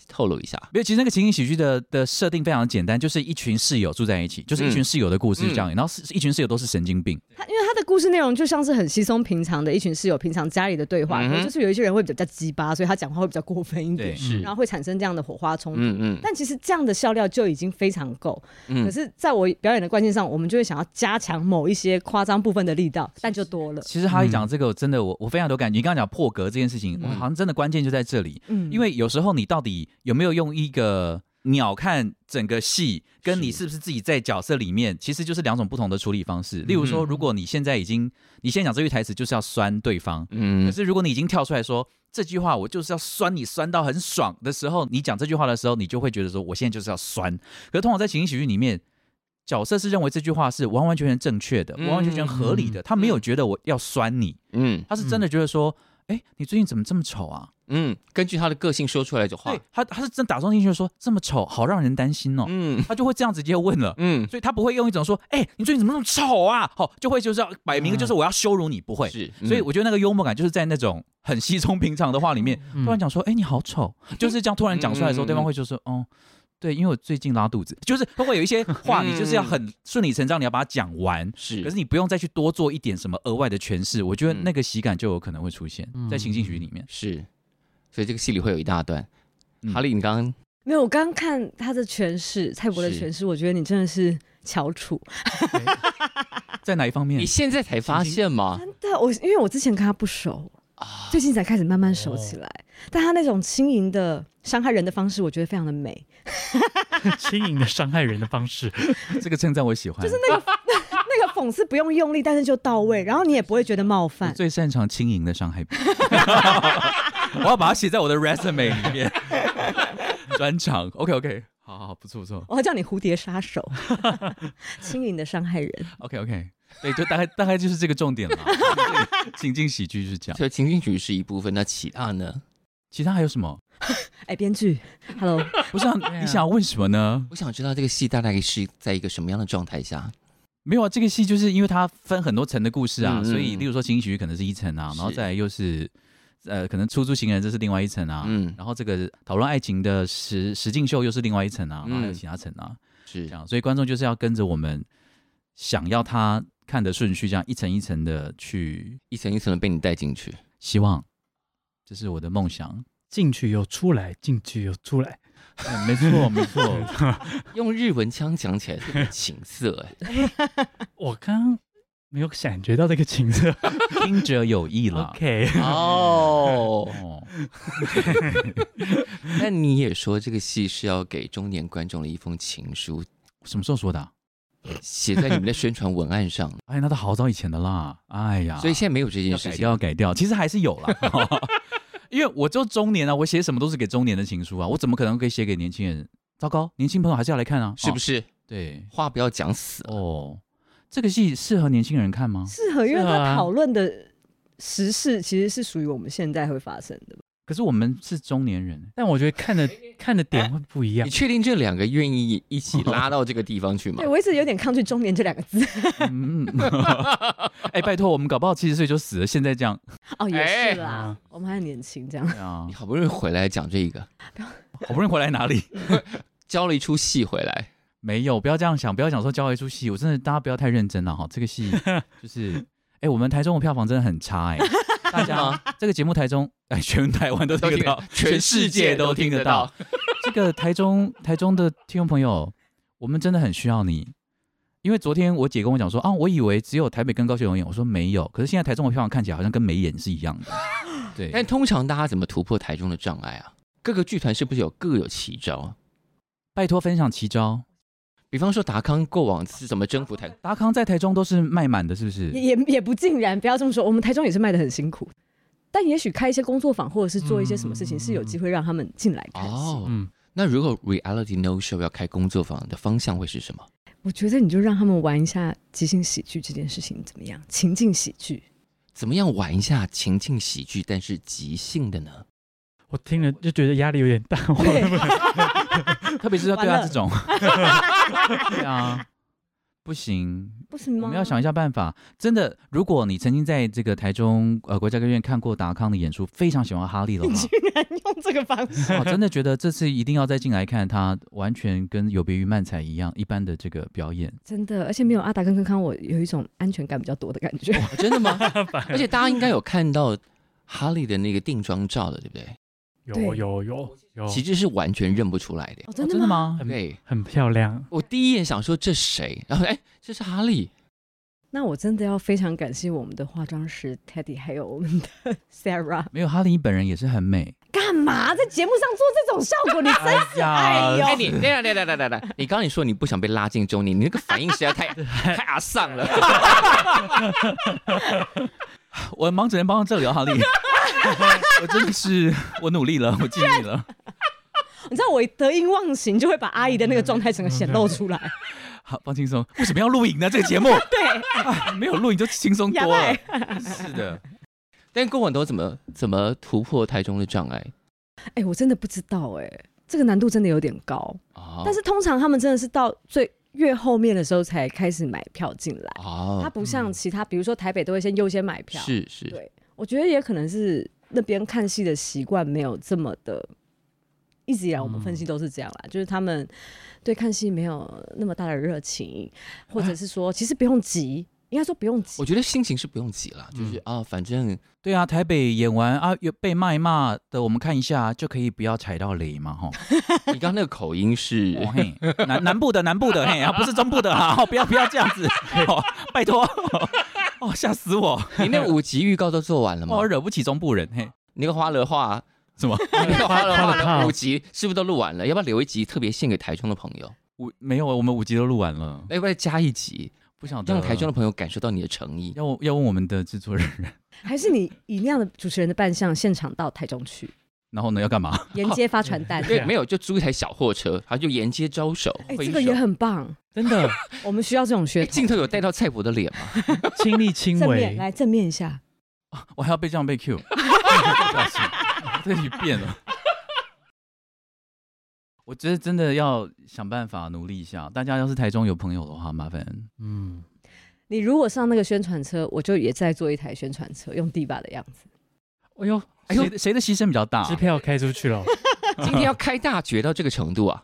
透露一下？
没有，其实那个情景喜剧的的设定非常简单，就是一群室友住在一起，就是
嗯
一群室友的故事这样。然后是一群室友都是神经病，
他因为他的故事内容就像是很稀松平常的一群室友平常家里的对话，
嗯哼
可能就是有一些人会比较鸡巴，所以他讲话会比较过分一
嗯
点
对，
是
然后会产生这样的火花冲突。
嗯嗯
但其实这样的笑料就已经非常够，可
嗯，
是在我表演的关键上，我们就会想要加强某一些夸张部分的力道，但就多了。
其实哈利讲这个，真的我我非常有感觉。你刚刚讲破格这件事情，
嗯
我好像真的关键就在这里，
嗯
因为有时候你到底有没有用一个鸟看整个戏，跟你
是
是不是自己在角色里面，其实就是两种不同的处理方式。例如说，
嗯
如果你现在已经你现在讲这句台词就是要酸对方，可
嗯，
是如果你已经跳出来说这句话，我就是要酸你，酸到很爽的时候，你讲这句话的时候，你就会觉得说我现在就是要酸。可是通常在情景喜剧里面，角色是认为这句话是完完全全正确的，
嗯
完完全全合理的，他没有觉得我要酸你，
嗯
他是真的觉得说，哎、你最近怎么这么丑啊？
嗯，根据他的个性说出来的话
对，，他他是真打中进去说这么丑，好让人担心哦，
嗯
他就会这样直接问了。
嗯，
所以他不会用一种说，哎、你最近怎么那么丑啊？好，就会就是要摆明就是我要羞辱你，不会。
是，嗯
所以我觉得那个幽默感就是在那种很稀松平常的话里面，
嗯
嗯
突然讲说，哎、你好丑，就是这样突然讲出来的时
嗯
候，
嗯嗯
对方会就说，哦，对，因为我最近拉肚子，就是他会有一些话，
嗯
你就是要很顺理成章，你要把它讲完。
是，
可是你不用再去多做一点什么额外的诠释，我觉得
嗯
那个喜感就有可能会出现
嗯
在情景剧里面。
是，所以这个戏里会有一大段。
嗯
哈利，你刚刚
没有，我刚刚看他的诠释，蔡博的
是
诠释，我觉得你真的是翘楚。
在哪一方面
你？现在才发现吗？
嗯
对，我因为我之前跟他不熟，
啊，
最近才开始慢慢熟起来。但他那种轻盈的伤害人的方式，我觉得非常的美。
轻盈的伤害人的方式，
这个称赞我喜欢，就是
那个讽刺不用用力，但是就到位，然后你也不会觉得冒犯。
最擅长轻盈的伤害 别人。我要把它写在我的 resume 里面。 专场，OK OK，好好好，不错不错。
我要叫你蝴蝶杀手，轻盈的伤害人。
OK OK，对，就大概大概就是这个重点了。 对情境喜剧是这样，
啊所以情景剧是一部分，那其他呢？
其他还有什么？
哎，编剧，Hello，
不是、啊
啊
你想要问什么呢？
我想知道这个戏大概是在一个什么样的状态下？
没有啊，这个戏就是因为它分很多层的故事啊，
嗯嗯
所以
嗯
例如说情景喜剧可能是一层啊，
是
然后再来又是呃可能出租情人这是另外一层啊，
嗯
然后这个讨论爱情的实实境秀又是另外一层啊，
嗯
然后还有其他层啊，
是
这样，所以观众就是要跟着我们想要他看的顺序，这样一层一层的去，
一层一层的被你带进去。
希望这是我的 梦想。
进去又出来，进去又出来，
嗯没错，没 错。
用日文腔讲起来特别情色哎、
我刚刚没有感觉到这个情色。
听者有意啦。
OK，
哦，
哦，
那你也说这个戏是要给中年观众的一封情书，
什么时候说的啊、
写在你们的宣传文案上，
哎，那都好早以前的啦。哎呀，
所以现在没有这件
要
事
改
情
掉，。要改掉。其实还是有 啦，因为我就中年啊，我写什么都是给中年的情书啊，我怎么可能可以写给年轻人？糟糕，年轻朋友还是要来看啊，
是不
是？
是？
对，
话不要讲死了。
哦，这个戏适合年轻人看吗？
适合，因为
适合啊
他讨论的时事其实是属于我们现在会发生的。
可是我们是中年人，欸
但我觉得看的看的点会不一样
你。确定这两个愿意一起拉到这个地方去吗
对，？我一直有点抗拒“中年”这两个字。
嗯， 哎，拜托，我们搞不好七十岁就死了，现在这样，
哦，也是
哎
啦，我们还年轻，这样
对啊
你，好不容易回来讲这个，
好不容易回来哪里？
教了一出戏回来，
没有，不要这样想，不要讲说教一出戏，我真的大家不要太认真了哈。这个戏就是，哎、我们台中的票房真的很差哎、大
啊
家这个节目台中，哎、全台湾都听得到，全世界都听得到。。这个台中台中的听众朋友，我们真的很需要你，因为昨天我姐跟我讲说啊，我以为只有台北跟高雄有演，我说没有，可是现在台中的票房看起来好像跟没演是一样的。对，
但通常大家怎么突破台中的障碍啊？各个剧团是不是有各有奇招啊？
拜托分享奇招，
比方说达康过往是怎么征服台？
达康在台中都是卖满的，是不
也
是？
也也不尽然，不要这么说。我们台中也是卖的很辛苦，但也许开一些工作坊，或者是做一些什么事情，
嗯
是有机会让他们进来看戏。
哦，
嗯，
那如果 Reality No Show 要开工作坊的方向会是什么？
我觉得你就让他们玩一下即兴喜剧这件事情怎么样？情境喜剧，
怎么样玩一下情境喜剧，但是即兴的呢？
我听了就觉得压力有点大。
对
我
特别是要对
完
他
了
这种，对啊，不行，
不行
我
吗？
们要想一下办法。真的，如果你曾经在这个台中呃国家歌剧院看过达康的演出，非常喜欢哈利的话，
用这个方式，
我真的觉得这次一定要再进来看他，完全跟有别于漫才一样一般的这个表演。
真的，而且没有阿达跟康康，我有一种安全感比较多的感觉。
哦真的吗？
反而
而且大家应该有看到哈利的那个定妆照了，对不对？
有
对
有有有，
其实是完全认不出来的。
哦，
哦
真
真
的
的
吗？
吗？
很
对，
很漂亮，
我第一眼想说这谁， 然后哎，这是哈利，
那我真的要非常感谢我们的化妆师 Teddy，还有我们的 Sarah。
没有，哈利本人也是很美。
干嘛在节目上做这种效果？你
哎
真哎呦
哎，你来来来来来来，你刚刚你说你不想被拉进中年，你那个反应实在 太太阿丧了。
我忙只能帮到这里哦，哈利。 我真的是，我努力了，我尽力了。
你知道我得意忘形，就会把阿姨的那个状态整个显露出来。
好，放轻松。为什么要录影呢？这个节目
嗯
对、哎没有录影就轻松多了。 是的，
但郭文都怎么怎么突破台中的障碍
哎、我真的不知道哎、这个难度真的有点高。
哦，
但是通常他们真的是到最越后面的时候才开始买票进来，它
哦，
不像其他，比如说台北都会先优先买票。
是是
对我觉得也可能是那边看戏的习惯没有这么的，一直以来我们分析都是这样啦，就是他们对看戏没有那么大的热情，或者是说、其实不用急，应该说不用急
我，觉得心情是不用急
嗯
啦，就是啊，反正
对啊，台北演完啊，有被骂一骂的，我们看一下啊就可以不要踩到雷嘛，吼。
你刚刚那个口音 是
哦嘿，南南部的南部的嘿，啊不是中部的啦，哦不要不要这样子，哦拜托，哦吓死我，
你那五集预告都做完了吗
哦？惹不起中部人嘿，
那个花了画，
什么？
那个花了
花了
画
炮
五集是不是都录完了？要不要留一集特别献给台中的朋友？
五没有，我们五集都录完了，
要不要加一集，
不晓得
让台中的朋友感受到你的诚意？
要问要问我们的制作人，
还是你以那样的主持人的扮相，现场到台中去
然后呢要干嘛？
沿街发传单。
对，没有就租一台小货车，他就沿街招手，
哎、
挥手
这个也很棒，
真的
我们需要这种噱
哎
头。
镜头有带到蔡伯的脸 吗？
亲力亲
正面
为，
来正面一下，
我还要被这样被 Q，表情这一变了。我觉得真的要想办法努力一下。大家要是台中有朋友的话，麻烦
嗯，
你如果上那个宣传车，我就也在做一台宣传车，用 d 吧的样子。
哎呦，
哎呦，谁的谁的牺牲比较大、
支票开出去了，
今天要开大绝到这个程度啊！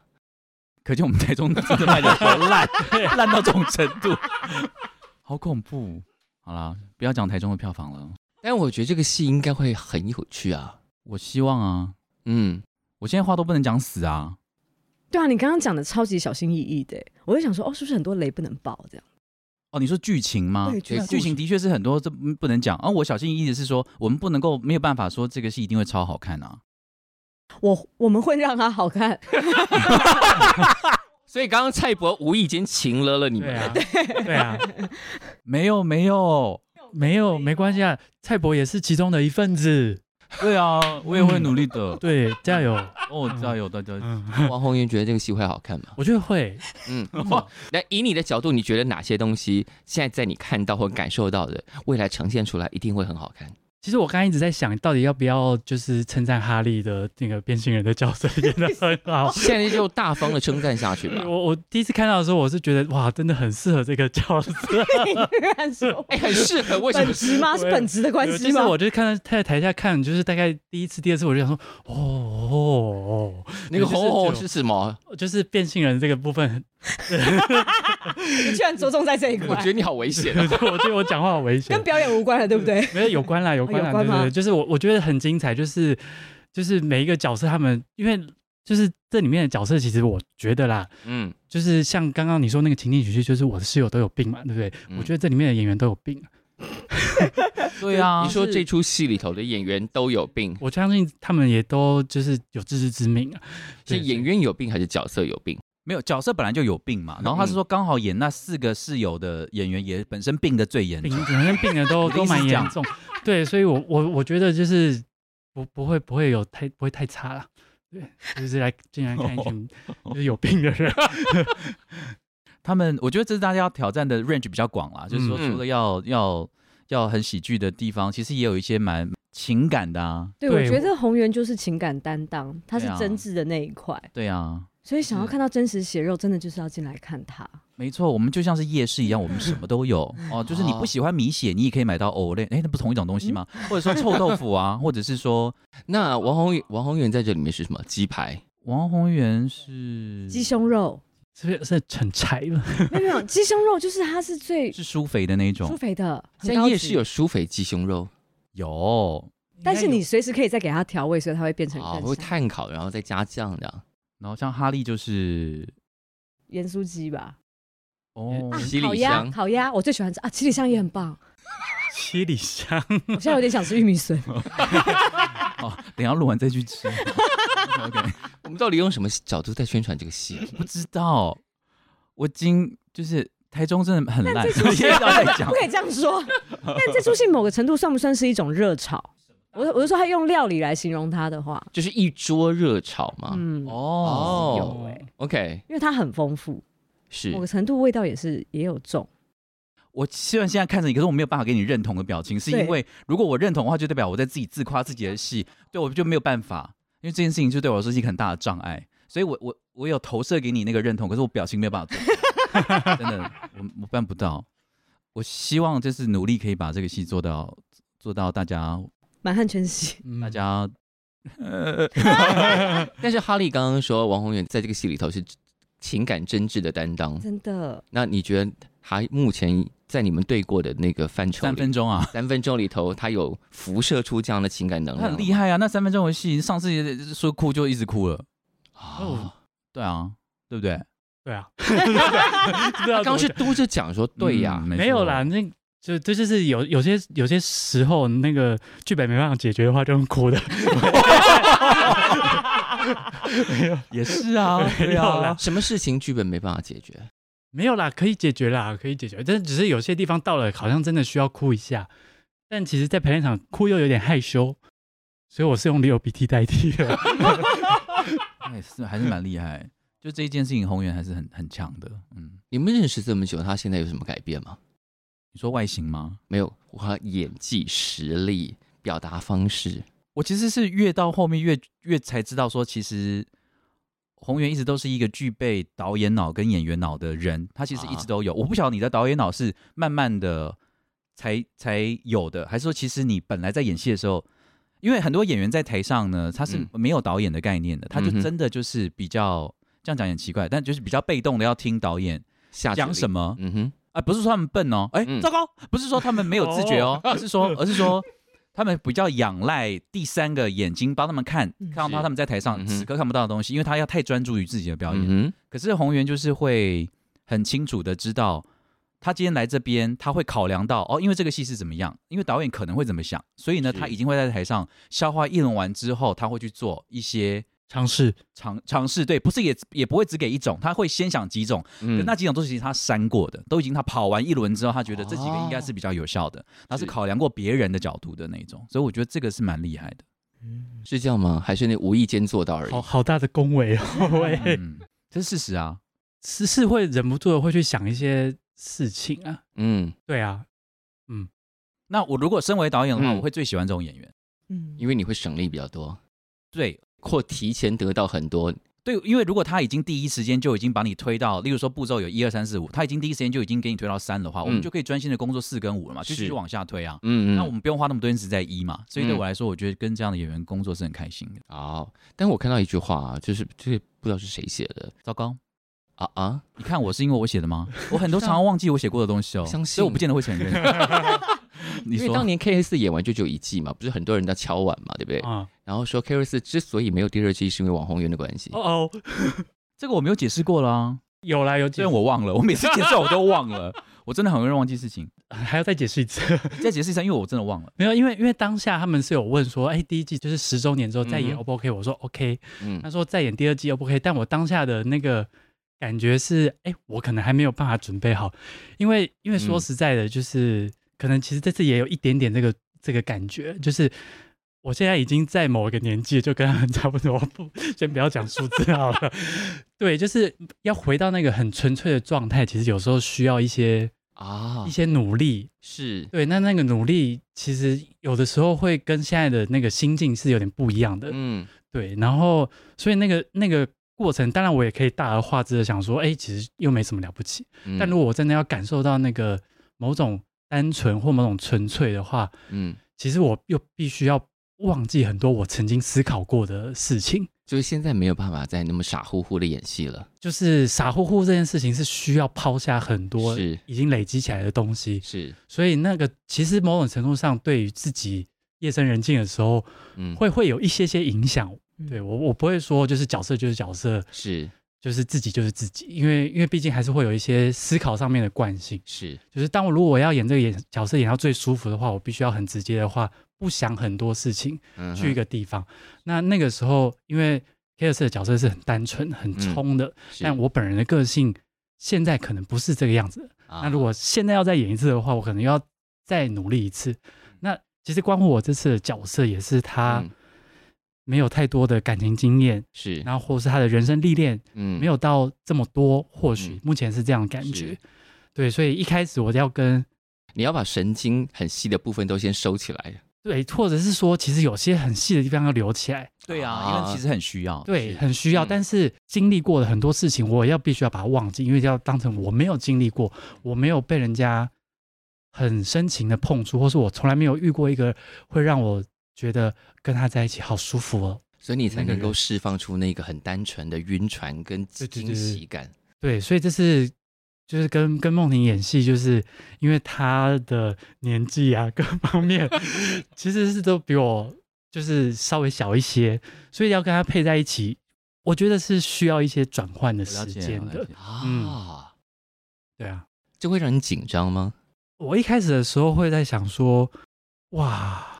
可见我们台中真的卖的多烂，烂到这种程度，好恐怖。好啦，不要讲台中的票房了。
但我觉得这个戏应该会很有趣啊。
我希望啊，
嗯，
我现在话都不能讲死啊。
对啊，你刚刚讲的超级小心翼翼的，我就想说，哦，是不是很多雷不能爆这样？
哦，你说剧情吗？
对
这个
剧情的确是很多，这不不能讲。而、我小心翼翼的是说，我们不能够没有办法说这个戏一定会超好看啊。
我我们会让它好看，
所以刚刚蔡伯无意间情了了你
对
们，
啊，对啊，
没有没有，
没有没关系啊，蔡伯也是其中的一份子，
对啊，我也会努力 的。
对，加油，
哦，加油大家！
嗯，
王宏源觉得这个戏会好看吗？
我觉得会，
嗯，那以你的角度，你觉得哪些东西现在在你看到或感受到的，未来呈现出来一定会很好看？。
其实我刚刚一直在想，到底要不要就是称赞哈利的那个变性人的角色演的很好
现在就大方的称赞下去吧。
我我第一次看到的时候，我是觉得哇，真的很适合这个角色。
居然说
哎，很适合，为什
本
么？
职吗？是本职的关
有
系
就是
吗？
我就是看他在台下看，就是大概第一次、第二次，我就想说，哦哦
那个红红是什么？
哦，就是变性人这个部分，
你居然着重在这一
我
块
觉，得你好危险
我
啊！
觉得我觉得我讲话好危险
跟，表演无关了，对不对？
没有有关啦，有关啦，
有关
对对
吗
对，就是我我觉得很精彩，就是就是每一个角色他们，因为就是这里面的角色，其实我觉得啦，
嗯，
就是像刚刚你说那个情景喜剧，就是我的室友都有病嘛，对不对？
嗯
我觉得这里面的演员都有病，啊
对啊，
你说这出戏里头的演员都有病，
我相信他们也都就是有自知之明啊。
是
对
演员有病还是角色有病？
没有角色本来就有病嘛，然后他是说刚好演那四个室友的演员也本身病的最严
病，
重，
好像病的都
你的
都
意思
蛮
是这样
严重，对，所以我我我觉得就是不不会不会有太不会太差了。对，就是来竟然看 一群就是有病的人，
他们我觉得这是大家要挑战的 range 比较广啦，就是说
嗯
除了要要要很喜剧的地方，其实也有一些蛮情感的啊，
对，
对
我觉得红源就是情感担当，他是
对啊
真挚的那一块。
对啊，
所以想
嗯
要
是
看到真实血肉，真的就是要进来看它。
没错，我们就像是夜市一样，我们什么都有 哦。就是你不喜欢米血，你也可以买到藕类，哎，那不同一种东西吗？或者说臭豆腐啊，或者是说
那王宏王宏源在这里面是什么？鸡排
王宏源
嗯
是
鸡胸肉
是不是是成柴了？
没有没有，鸡胸肉就是它是 最
是舒肥的那
舒
种，
肥的，很
在
高
夜
级
市有，酥肥鸡胸肉
有，
但是你随时可以再给它调味，所以它会变成
啊，
更
会
香
炭烤然后再加酱的啊，
然后像哈利就是
盐酥鸡吧？
哦
啊
西
七里
烤鸭，
香
烤鸭我最喜欢吃啊，七里香也很 棒。
七里香，
我现在有点想吃玉米 笋，
哦，等一下录完再 去吃。OK，
我们到底用什么角度在宣传这个戏？
不知道，我今就是台中真的很烂，
这出
所以
戏
要再讲
不。可以这样 说。但这出戏某个程度算不算是一种热炒？我我是说，它用料理来形容它的话，
就是一桌热炒嘛。
嗯，
哦，
有
哎、
OK，
因为它很丰富，
是
某个程度味道也是也有重。
我虽然现在看着你，可是我没有办法给你认同的表情，是因
对
为如果我认同的话，就代表我在自己自夸自己的戏，对我就没有办法，因为这件事情就对我来说是一个很大的障碍，所以我我我有投射给你那个认同，可是我表情没有办法做， 真的，我我办不到。我希望就是努力可以把这个戏做到做到大家
满汉全席，
嗯
嗯
大家，呃，
但是哈利刚刚说王宏源在这个戏里头是情感真挚的担当，
真的
那你觉得他目前在你们对过的那个范畴
三
里，
分钟啊，
三分钟里头，他有辐射出这样的情感能
他
量，
很厉害啊！那三分钟的戏，上次也说哭就一直哭了，
哦。
对啊，对不对？
对 啊，不知道
他刚
怎
刚
么
是
讲
嘟着讲说，对呀、
嗯
没有啦，，那就这就是有有些有些时候那个剧本没办法解决的话，就用哭的。 没有
也是啊，对
没有
啊
啦，
什么事情剧本没办法解决？
没有啦，可以解决啦，可以解决，但只是有些地方到了，好像真的需要哭一下，但其实，在排练场哭又有点害羞，所以我是用流鼻涕代替 的。
哎，是还是蛮厉害。就这一件事情，宏源还是很很强的。嗯，
你们认识这么久，他现在有什么改变吗？
你说外形吗？
没有，我和演技、实力、表达方式，
我其实是越到后面越越才知道说，其实宏源一直都是一个具备导演脑跟演员脑的人，他其实
啊
一直都有。我不晓得你的导演脑是慢慢的才才有的，还是说其实你本来在演戏的时候，因为很多演员在台上呢，他是
嗯
没有导演的概念的，他就
嗯哼
真的就是比较这样讲也很奇怪，但就是比较被动的要听导演
下
讲什
么？
么。
嗯哼，
啊，不是说他们笨哦，哎、
嗯
糟糕，不是说他们没有自觉哦，而是说，而是说他们比较仰赖第三个眼睛帮他们看，
嗯
看到他
是
他们在台上
嗯哼
此刻看不到的东西，因为他要太专注于自己的表演。
嗯
可是宏源就是会很清楚的知道，他今天来这边，他会考量到哦，因为这个戏是怎么样，因为导演可能会怎么想，所以呢，
是
他已经会在台上消化议论完之后，他会去做一些。
尝试
尝尝试对，不是也也不会只给一种，他会先想几种，
哼，嗯
可那几种都是其实他删过的，都已经他跑完一轮之后，他觉得这几个应该
哦
是比较有效的，他是
是
考量过别人的角度的那一种，所以我觉得这个是蛮厉害的。
是这样吗？还是你无意间做到而已
好？好大的恭维哦， 喂，
嗯，这是事实啊。
是是会忍不住的会去想一些事情啊。
嗯，
对啊，
那我如果身为导演的话，
嗯
我会最喜欢这种演员。
嗯，
因为你会省力比较多，
对
或提前得到很多。
对，因为如果他已经第一时间就已经把你推到，例如说步骤有一二三四五，他已经第一时间就已经给你推到三的话，我们
嗯
就可以专心的工作四跟五了嘛，就继续
是
往下推啊。
嗯
那我们不用花那么多心思在一嘛，所以对
嗯
我来说，我觉得跟这样的演员工作是很开心的。
好，但我看到一句话、啊，就是这个不知道是谁写的
糟糕，
啊啊，
你看我是因为我写的吗？我很多常常忘记我写过的东西 哦，
相信
所以我不见得会承 认。你
因为
说
当年 K S 演完就只有一季嘛，不是很多人在敲碗嘛，对不对？
啊、
然后说 K S 之所以没有第二季，是因为网红源的关系。
哦哦，
这个我没有解释过啦、
有啦有
虽
解释
然，我忘了，我每次解释我都忘了，我真的很容易忘记事情。
还要再解释一次。
再解释一下，因为我真的忘了。
没有，因为因为当下他们是有问说，哎，第一季就是十周年之后再演
嗯哼
O 不 OK？、我说 OK，
嗯
他说再演第二季 O 不 OK？但我当下的那个感觉是，哎，我可能还没有办法准备好，因为因为说
嗯
实在的，就是、可能其实这次也有一点点这个这个感觉，就是。我现在已经在某一个年纪，就跟他们差不多。不， 先不要讲数字好了。对，就是要回到那个很纯粹的状态，其实有时候需要一些
啊
一，些努力，
是
对，那那个努力其实有的时候会呃跟现在的那个心境是有点不一样的，
嗯
对。然后，所以那个那个过程，当然我也可以大而化之的想说，哎、其实又没什么了不起。
嗯
但如果我真的要感受到那个某种单纯或某种纯粹的话，
嗯，
其实我又必须要忘记很多我曾经思考过的事情。
就是现在没有办法再那么傻乎乎的演戏了，
就是傻乎乎这件事情是需要抛下很多
是
已经累积起来的东西，
是，
所以那个其实某种程度上对于自己夜深人静的时候，
嗯，
会会有一些些影响。
嗯
对我我不会说就是角色就是角色，
是
就是自己就是自己，因为因为毕竟还是会有一些思考上面的惯性。
是，
就是当我如果我要演这个演角色演到最舒服的话，我必须要很直接的话，不想很多事情，
嗯
去一
哼
个地方。那那个时候，因为 k s 的角色是很单纯、很冲的，
嗯是
但我本人的个性现在可能不是这个样子。
啊
那如果现在要再演一次的话，我可能要再努力一次。那其实关乎我这次的角色，也是他
嗯
没有太多的感情经验，
是，
然后或是他的人生历练
嗯
没有到这么多，或许
嗯
目前是这样的感
是
觉。对，所以一开始我要跟
你要把神经很细的部分都先收起来，
对，或者是说，其实有些很细的地方要留起来。
对啊，
啊
因为其实很需要。
对，
是
很需要。
嗯
但是经历过的很多事情，我要必须要把它忘记，因为要当成我没有经历过，我没有被人家很深情的碰触，或是我从来没有遇过一个会让我觉得跟他在一起好舒服哦。
所以你才
那个
能够
人
释放出那个很单纯的晕船跟
对对
惊
对
喜感。
对，所以这是就是跟跟梦婷演戏，就是因为她的年纪啊各 方面其实是都比我就是稍微小一些，所以要跟她配在一起，我觉得是需要一些转换的
我了
时
解
间
我了
的
解。
嗯
啊，
对啊。
这会让你紧张吗？
我一开始的时候会在想说，哇，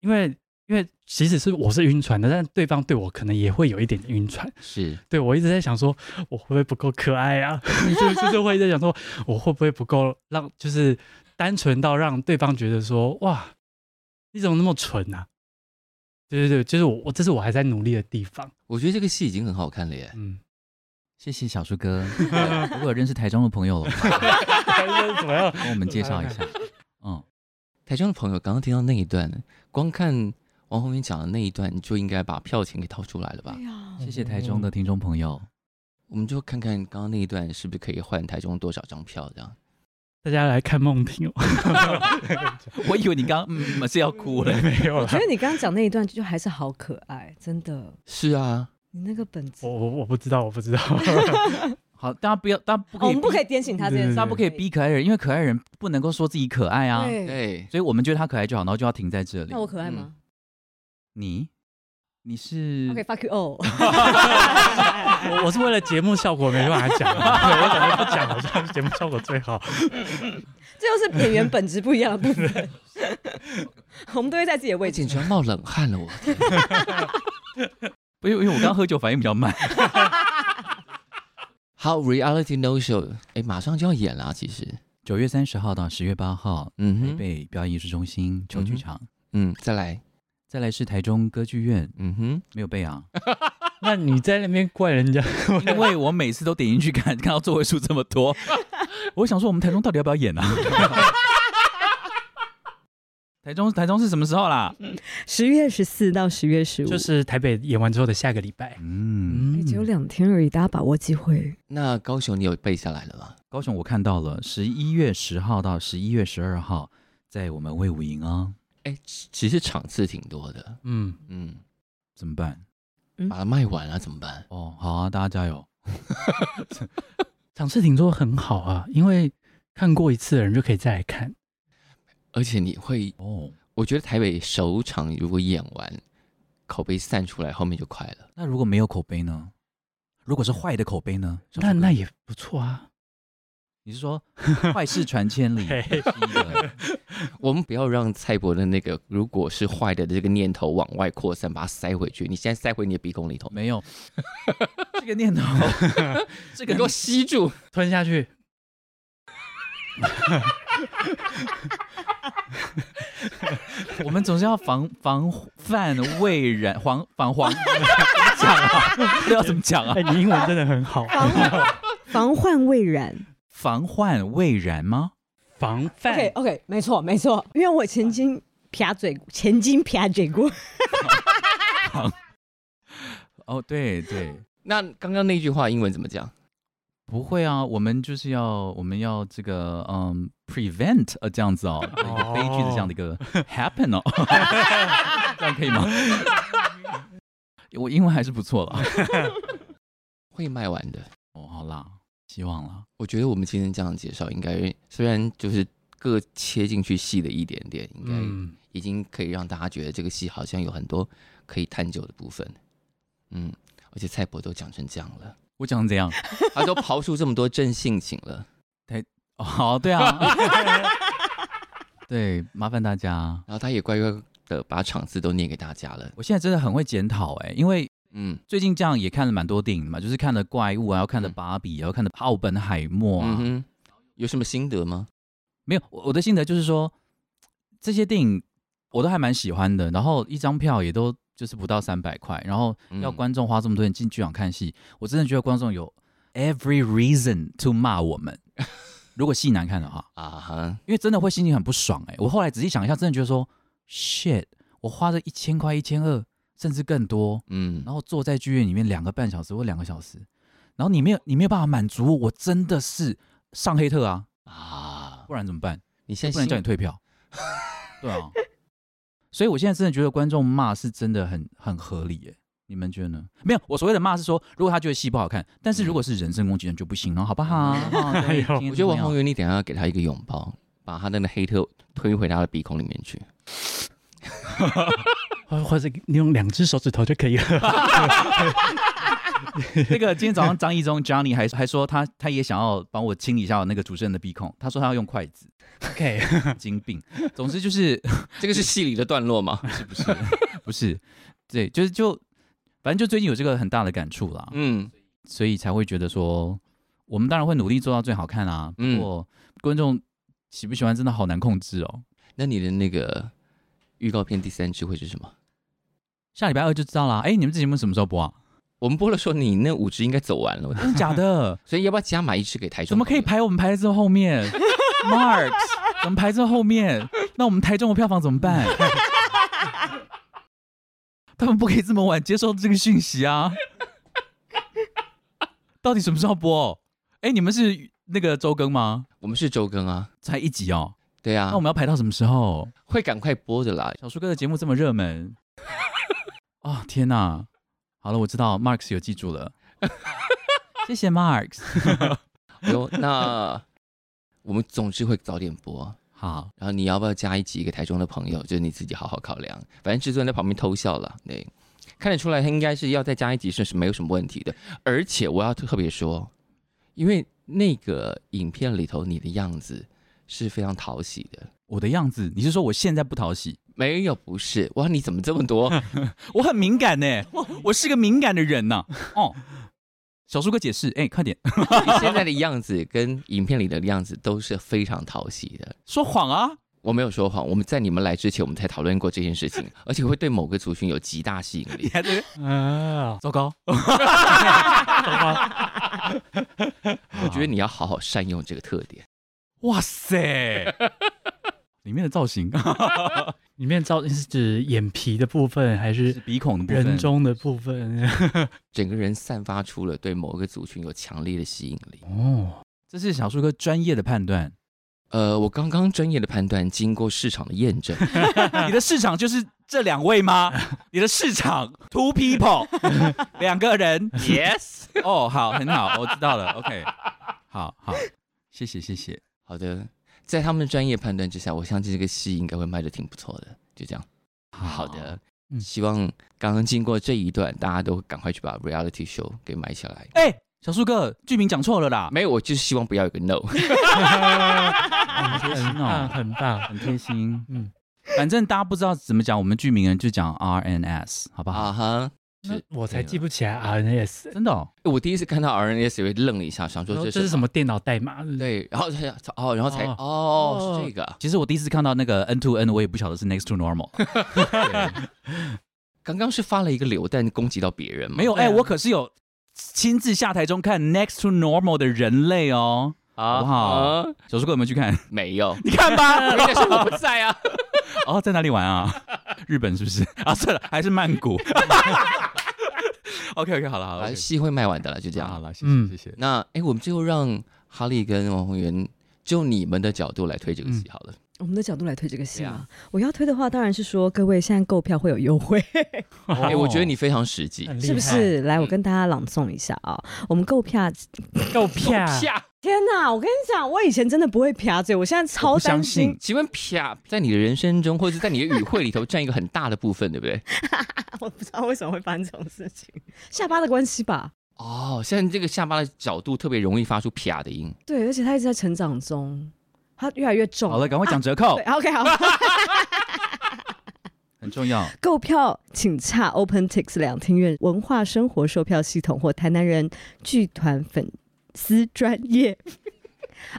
因为因为即使是我是晕船的，但对方对我可能也会有一点晕船。
是
对我一直在想说，我会不会不够可爱啊？ 就就是会在想说，我会不会不够让，就是单纯到让对方觉得说，哇，你怎么那么蠢啊？对对对，就是我，我这是我还在努力的地方。
我觉得这个戏已经很好看了 耶。
嗯，
谢谢小树哥。对如果有认识台中的朋友的话，
怎么样？
跟我们介绍一下。嗯，
台中的朋友刚刚听到那一段，光看王宏云讲的那一段，你就应该把票钱给掏出来了吧
哎？ 呀，
谢谢台中
嗯
的听众朋友。
我们就看看刚刚那一段是不是可以换台中多少张票这样。
大家来看梦婷哦，
我以为你刚嗯嗯是要哭了。
没有
我
了
觉。得你刚刚讲那一段就还是好可爱，真的，
是啊，
你那个本子，
我
哦
我我不知道，我 不知道。
好，大家不要，大家哦不可
哦我
以
们
逼，
不可以点醒他这件事，
对
大家不可以逼可爱人，因为可爱人不能够说自己可爱啊。
对，
对，
所以我们觉得他可爱就好，然后就要停在这里
那。我可爱吗
你，你是
？OK fuck you 哦 all，
我我是为了节目效果没办法讲，啊 对我感觉不讲好像节目效果最好。
这就是演员本质不一样的部分。我们都会在自己的
我
位置
简直要冒冷汗 了，我的天
因为因为我刚喝酒反应比较慢。
好，Reality No Show，哎，马上就要演啦，其实，
九月三十号到十月八号，
嗯
台
哼，
北表演艺术中心球剧场，
嗯，再来，
再来是台中歌剧院，
嗯哼，
没有备啊，
那你在那边怪人家，
因为我每次都点进去看，看到座位数这么多， 我想说我们台中到底要不要演啊？ 台中台中是什么时候啦？
十月十四到十月十五，
就是台北演完之后的下个礼拜。
嗯，
哎
嗯，
只有两天而已，大家把握机会。
那高雄你有背下来了吗？
高雄我看到了，十一月十号到十一月十二号，在我们魏武营啊，
哎，其其实场次挺多的，
嗯，
嗯，
怎么办？
把它卖完了啊怎么办？
哦，好啊，大家加油！
场次挺多很好啊，因为看过一次的人就可以再来看。
而且你会，
哦，
我觉得台北首场如果演完，口碑散出来，后面就快了。
那如果没有口碑呢？如果是坏的口碑呢？小
那
树哥
那也不错啊。
你是说坏事传千里？
嘿
是的
我们不要让蔡伯的那个如果是坏的这个念头往外扩散，把它塞回去。你现在塞回你的鼻孔里头，
没有这个 念头，这
这个
个
给我吸住。
吞下去，
我们总是要防防范未然，防防黄 怎么讲啊？这要怎么讲啊
哎、？你英文真的很好，
防患未然。
防患未然吗？
防
OK
范
OK，没错没错，因为我曾经撇嘴，曾经撇嘴过，
哦，对对，
那刚刚那句话英文怎么讲？
不会啊，我们就是要我们要这个嗯，prevent 呃这样子哦，一个悲剧的这样的一个 happen 哦，这样可以吗？我英文还是不错了，
会卖完的。
哦，好啦，希望啦。
我觉得我们今天这样介绍，应该虽然就是各切进去细了一点点，应该
嗯，
已经可以让大家觉得这个戏好像有很多可以探究的部分。嗯，而且蔡伯都讲成这样了，
我讲成怎样？
他都刨出这么多正性情了，
哦，好，对啊， 对，麻烦大家。
然后他也乖乖的把场次都念给大家了。
我现在真的很会检讨哎，因为
嗯
最近这样也看了蛮多电影的嘛，就是看了怪物啊，要看了
嗯
芭比，然后看了奥本海默啊，
嗯哼，有什么心得吗？
没有，我我的心得就是说，这些电影我都还蛮喜欢的，然后一张票也都就是不到三百块，然后要
嗯
观众花这么多钱进剧场看戏，我真的觉得观众有 every reason to 骂我们。如果戏难看的话，
啊哈，
因为真的会心情很不爽哎、我后来仔细想一下，真的觉得说 shit，我花了一千块、一千二，甚至更多，
嗯
然，后坐在剧院里面两个半小时或两个小时，然后你没有你没有办法满足我，我真的是上黑特啊，
啊
不，然怎么办？
你现
不
在
能叫
心
你退票。 对啊，所以我现在真的觉得观众骂是真的很很合理耶。你们觉得呢？没有，我所谓的骂是说，如果他觉得戏不好看，但是如果是人身攻击，人就不行了，好不好？哦对
哎呦
今
我觉得
天怎么
王
样
宏源，你等一下要给他一个拥抱，把他那个黑特推回他的鼻孔里面去。
或或者你用两只手指头就可以了。
那个今天早上张艺中 Johnny 还还说他他也想要帮我清理一下我那个主持人的鼻孔，他说他要用筷子，
OK，
精病。总之就是
这个是戏里的段落 吗？
是不是不是，对，就是就反正就最近有这个很大的感触啦。
嗯，
所以才会觉得说，我们当然会努力做到最好看啊。
嗯
不过观众喜不喜欢真的好难控制哦。
那你的那个预告片第三支会是什么？
下礼拜二就知道啦。哎，你们这节目什么时候播啊？
我们播了说你那五支应该走完了，我觉得？
真的假的
所以要不要加买一支给台中？
怎么可以？排我们排在这后面 ？Marks 怎么排这后面？那我们台中的票房怎么办？ 他们不可以这么晚接收这个讯息啊！ 到底什么时候播？哎，你们是那个周更吗？
我们是周更啊，
才一集哦，
对啊，
那我们要排到什么时候？
会赶快播的啦。
小树哥的节目这么热 门啊、天哪！好了，我知道，Marks 有记住 了，谢谢 Marks。
有那 我们总之会早点播。
好，
然后你要不要加一集给台中的朋友？就是你自己好好考量。反正制作人在旁边偷笑了，对，看得出来他应该是要再加一集是是没有什么问题的。而且我要特别说，因为那个影片里头你的样子是非常讨喜的。
我的样子，你是说我现在不讨喜？
没有，不是哇！你怎么这么多？
我很敏感呢、我是个敏感的人呐、哦，小树哥解释，哎、快点
你现在的样子跟影片里的样子都是非常讨喜的。
说谎啊！
我没有说谎，我们在你们来之前，我们才讨论过这件事情，而且会对某个族群有极大吸引
你
力。
还在
啊，
糟糕，
我觉得你要好好善用这个特点。
哇 塞，里面的造型
里面照是指眼皮的部分还
是
是
鼻孔的部分
人中的部分？
整个人散发出了对某个族群有强烈的吸引力。
哦，
这是小树哥专业的判断。
呃，我刚刚专业的判断经过市场的验 证，
你的市场就是这两位吗？你的市场 two people 两个人？Yes。哦， 好，很好，我知道了。OK，好好，谢谢谢谢。
好的，在他们的专业判断之下，我相信这个戏应该会卖的挺不错的。就这样，好的，
嗯
希望刚刚经过这一段，大家都赶快去把 reality show 给买下来。
哎、小树哥，剧名讲错了啦，
没有，我就是希望不要有个 no。
很
贴心
棒，
哦，
很棒。
很贴 心。
嗯，
反正大家不知道怎么讲，我们剧名人就讲 R N S，好不好？
啊哈！
那
是
我才记不起来 RNS，
真的、哦，
我第一次看到 RNS 也会愣了一下，想说
然后
这
哦这是什么？电脑代码？对不对
对，然后才哦，然后才
哦
哦，是
哦
这个啊。
其实我第一次看到那个 N to N，我也不晓得是 Next to Normal。对
刚刚是发了一个榴弹攻击到别人吗？
没有，哎、
对啊
我可是有亲自下台中看 Next to Normal 的人类哦。
啊，
好不好
啊？
小树哥有没有去看？
没有，
你 看吧，
人家说我不在啊。
哦， 在哪里玩啊？日本是不是？啊，算了，还是曼谷。 OK OK，好了好了
啊，
，OK，
戏会卖完的了，啊就这
好
样。
了，谢谢
嗯
谢谢。
那哎、诶我们最后让哈利跟王宏源就你们的角度来推这个戏好了。
我们的角度来推这个戏
对
嘛
啊，
我要推的话，当然是说各位现在购票会有优惠，
哎、我觉得你非常实际。
很厉害
是不是？来，我
嗯
跟大家朗诵一下啊、我们购票，
够啪？
啪！
天哪！我跟你讲，我以前真的不会啪嘴，我现在
我
超
不相
担
信
心。
请问啪在你的人生中，或者是在你的语汇里头占一个很大的部分，对 不对？
我不知道为什么会发生这种事情，下巴的关系吧。
哦，现在这个下巴的角度特别容易发出啪的音。
对，而且他一直在成长中，他越来越重。
好了，赶快讲折扣
对，，OK，好。
很重要。
购票请洽 OpenTix 两厅院文化生活售票系统或台南人剧团粉丝专业。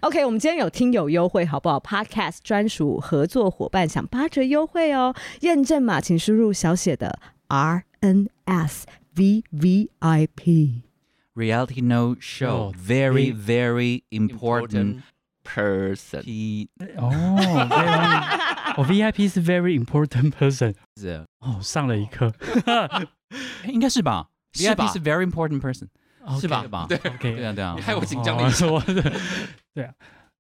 OK，我们今天有听友优惠，好不好？Podcast 专属合作伙伴享八折优惠哦！验证码请输入小写的 R N S V V I P。
Reality No Show
哦
Oh,
very
the-
very important
person，
piece
哦，very- 我 VIP 是 very important person。哦，上了一课，
哎应该是吧
是吧
？VIP 是 very important person，是吧？吧？对
？OK，
对啊对啊
你。害我哦紧张了一下。
哦我 的对啊，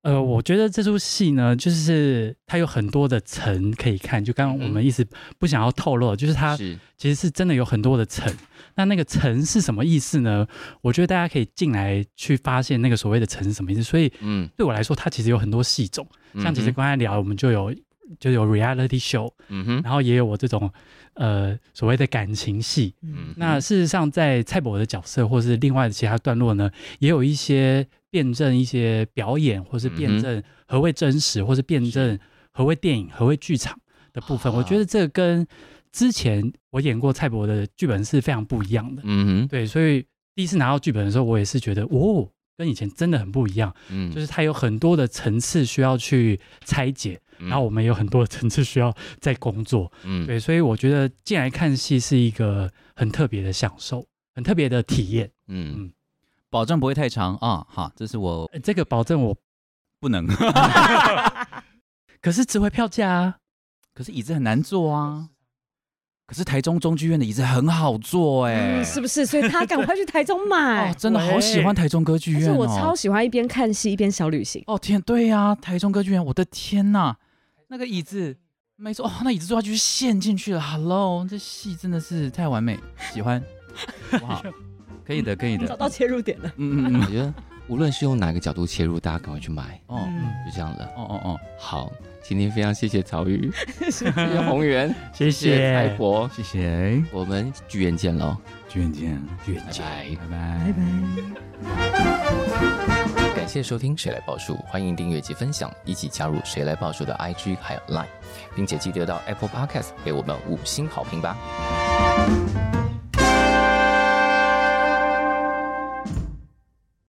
呃，我觉得这出戏呢，就是它有很多的层可以看，就刚刚我们一直不想要透露，就是它
嗯是
其实是真的有很多的层。那那个层是什么意思呢？我觉得大家可以进来去发现那个所谓的层是什么意思。所以
嗯，
对我来说，它其实有很多戏种，像其实刚才聊，我们就有。就有 reality show，
嗯哼，
然后也有我这种呃所谓的感情戏，
嗯哼，
那事实上，在蔡伯的角色，或是另外的其他段落呢，也有一些辩证一些表演，或是
嗯哼
辩证何谓真实，或是辩证何谓电影、何谓剧场的部分。
啊
我觉得这跟之前我演过蔡伯的剧本是非常不一样的。
嗯
对，所以第一次拿到剧本的时候，我也是觉得，哦，跟以前真的很不一样，
哼，嗯
就是它有很多的层次需要去拆解，
然
然后我们也有很多的层次需要在工作。
嗯
对，所以我觉得进来看戏是一个很特别的享受，很特别的体验。
嗯
保证不会太长啊，好，这是我
呃这个保证我，
不 能，
可是值回票价啊！
可是椅子很难坐啊。可是台中中剧院的椅子很好坐哎，
嗯，是哎不是？所以他赶快去台中
哦
买。，
真的好喜欢台中歌剧
但是
院哦。
我超喜欢一边看戏一边小旅行。
哦天，对呀、台中歌剧院，我的天呐，那个椅子，没错，哦，那椅子坐下去就陷进去了。Hello，这戏真的是太完美，喜 欢，好不好？可以的，可以的
找，到切入点了，
嗯嗯
我
嗯，
觉得无论是用哪个角度切入，大家赶快去买，
哦
嗯
就这样了。
哦哦哦，
好，今天非常谢谢曹 宇，谢谢宏源，
谢
谢谢蔡
谢，
博，
谢谢，
我们剧院见喽，
剧院见，
剧院
拜
见。
拜，拜
拜
拜。
拜。
感谢收听《谁来报数》，欢迎订阅及分享，一起加入《谁来报数》的 IG 还有 Line，并且记得到 Apple Podcast 给我们五星好评吧。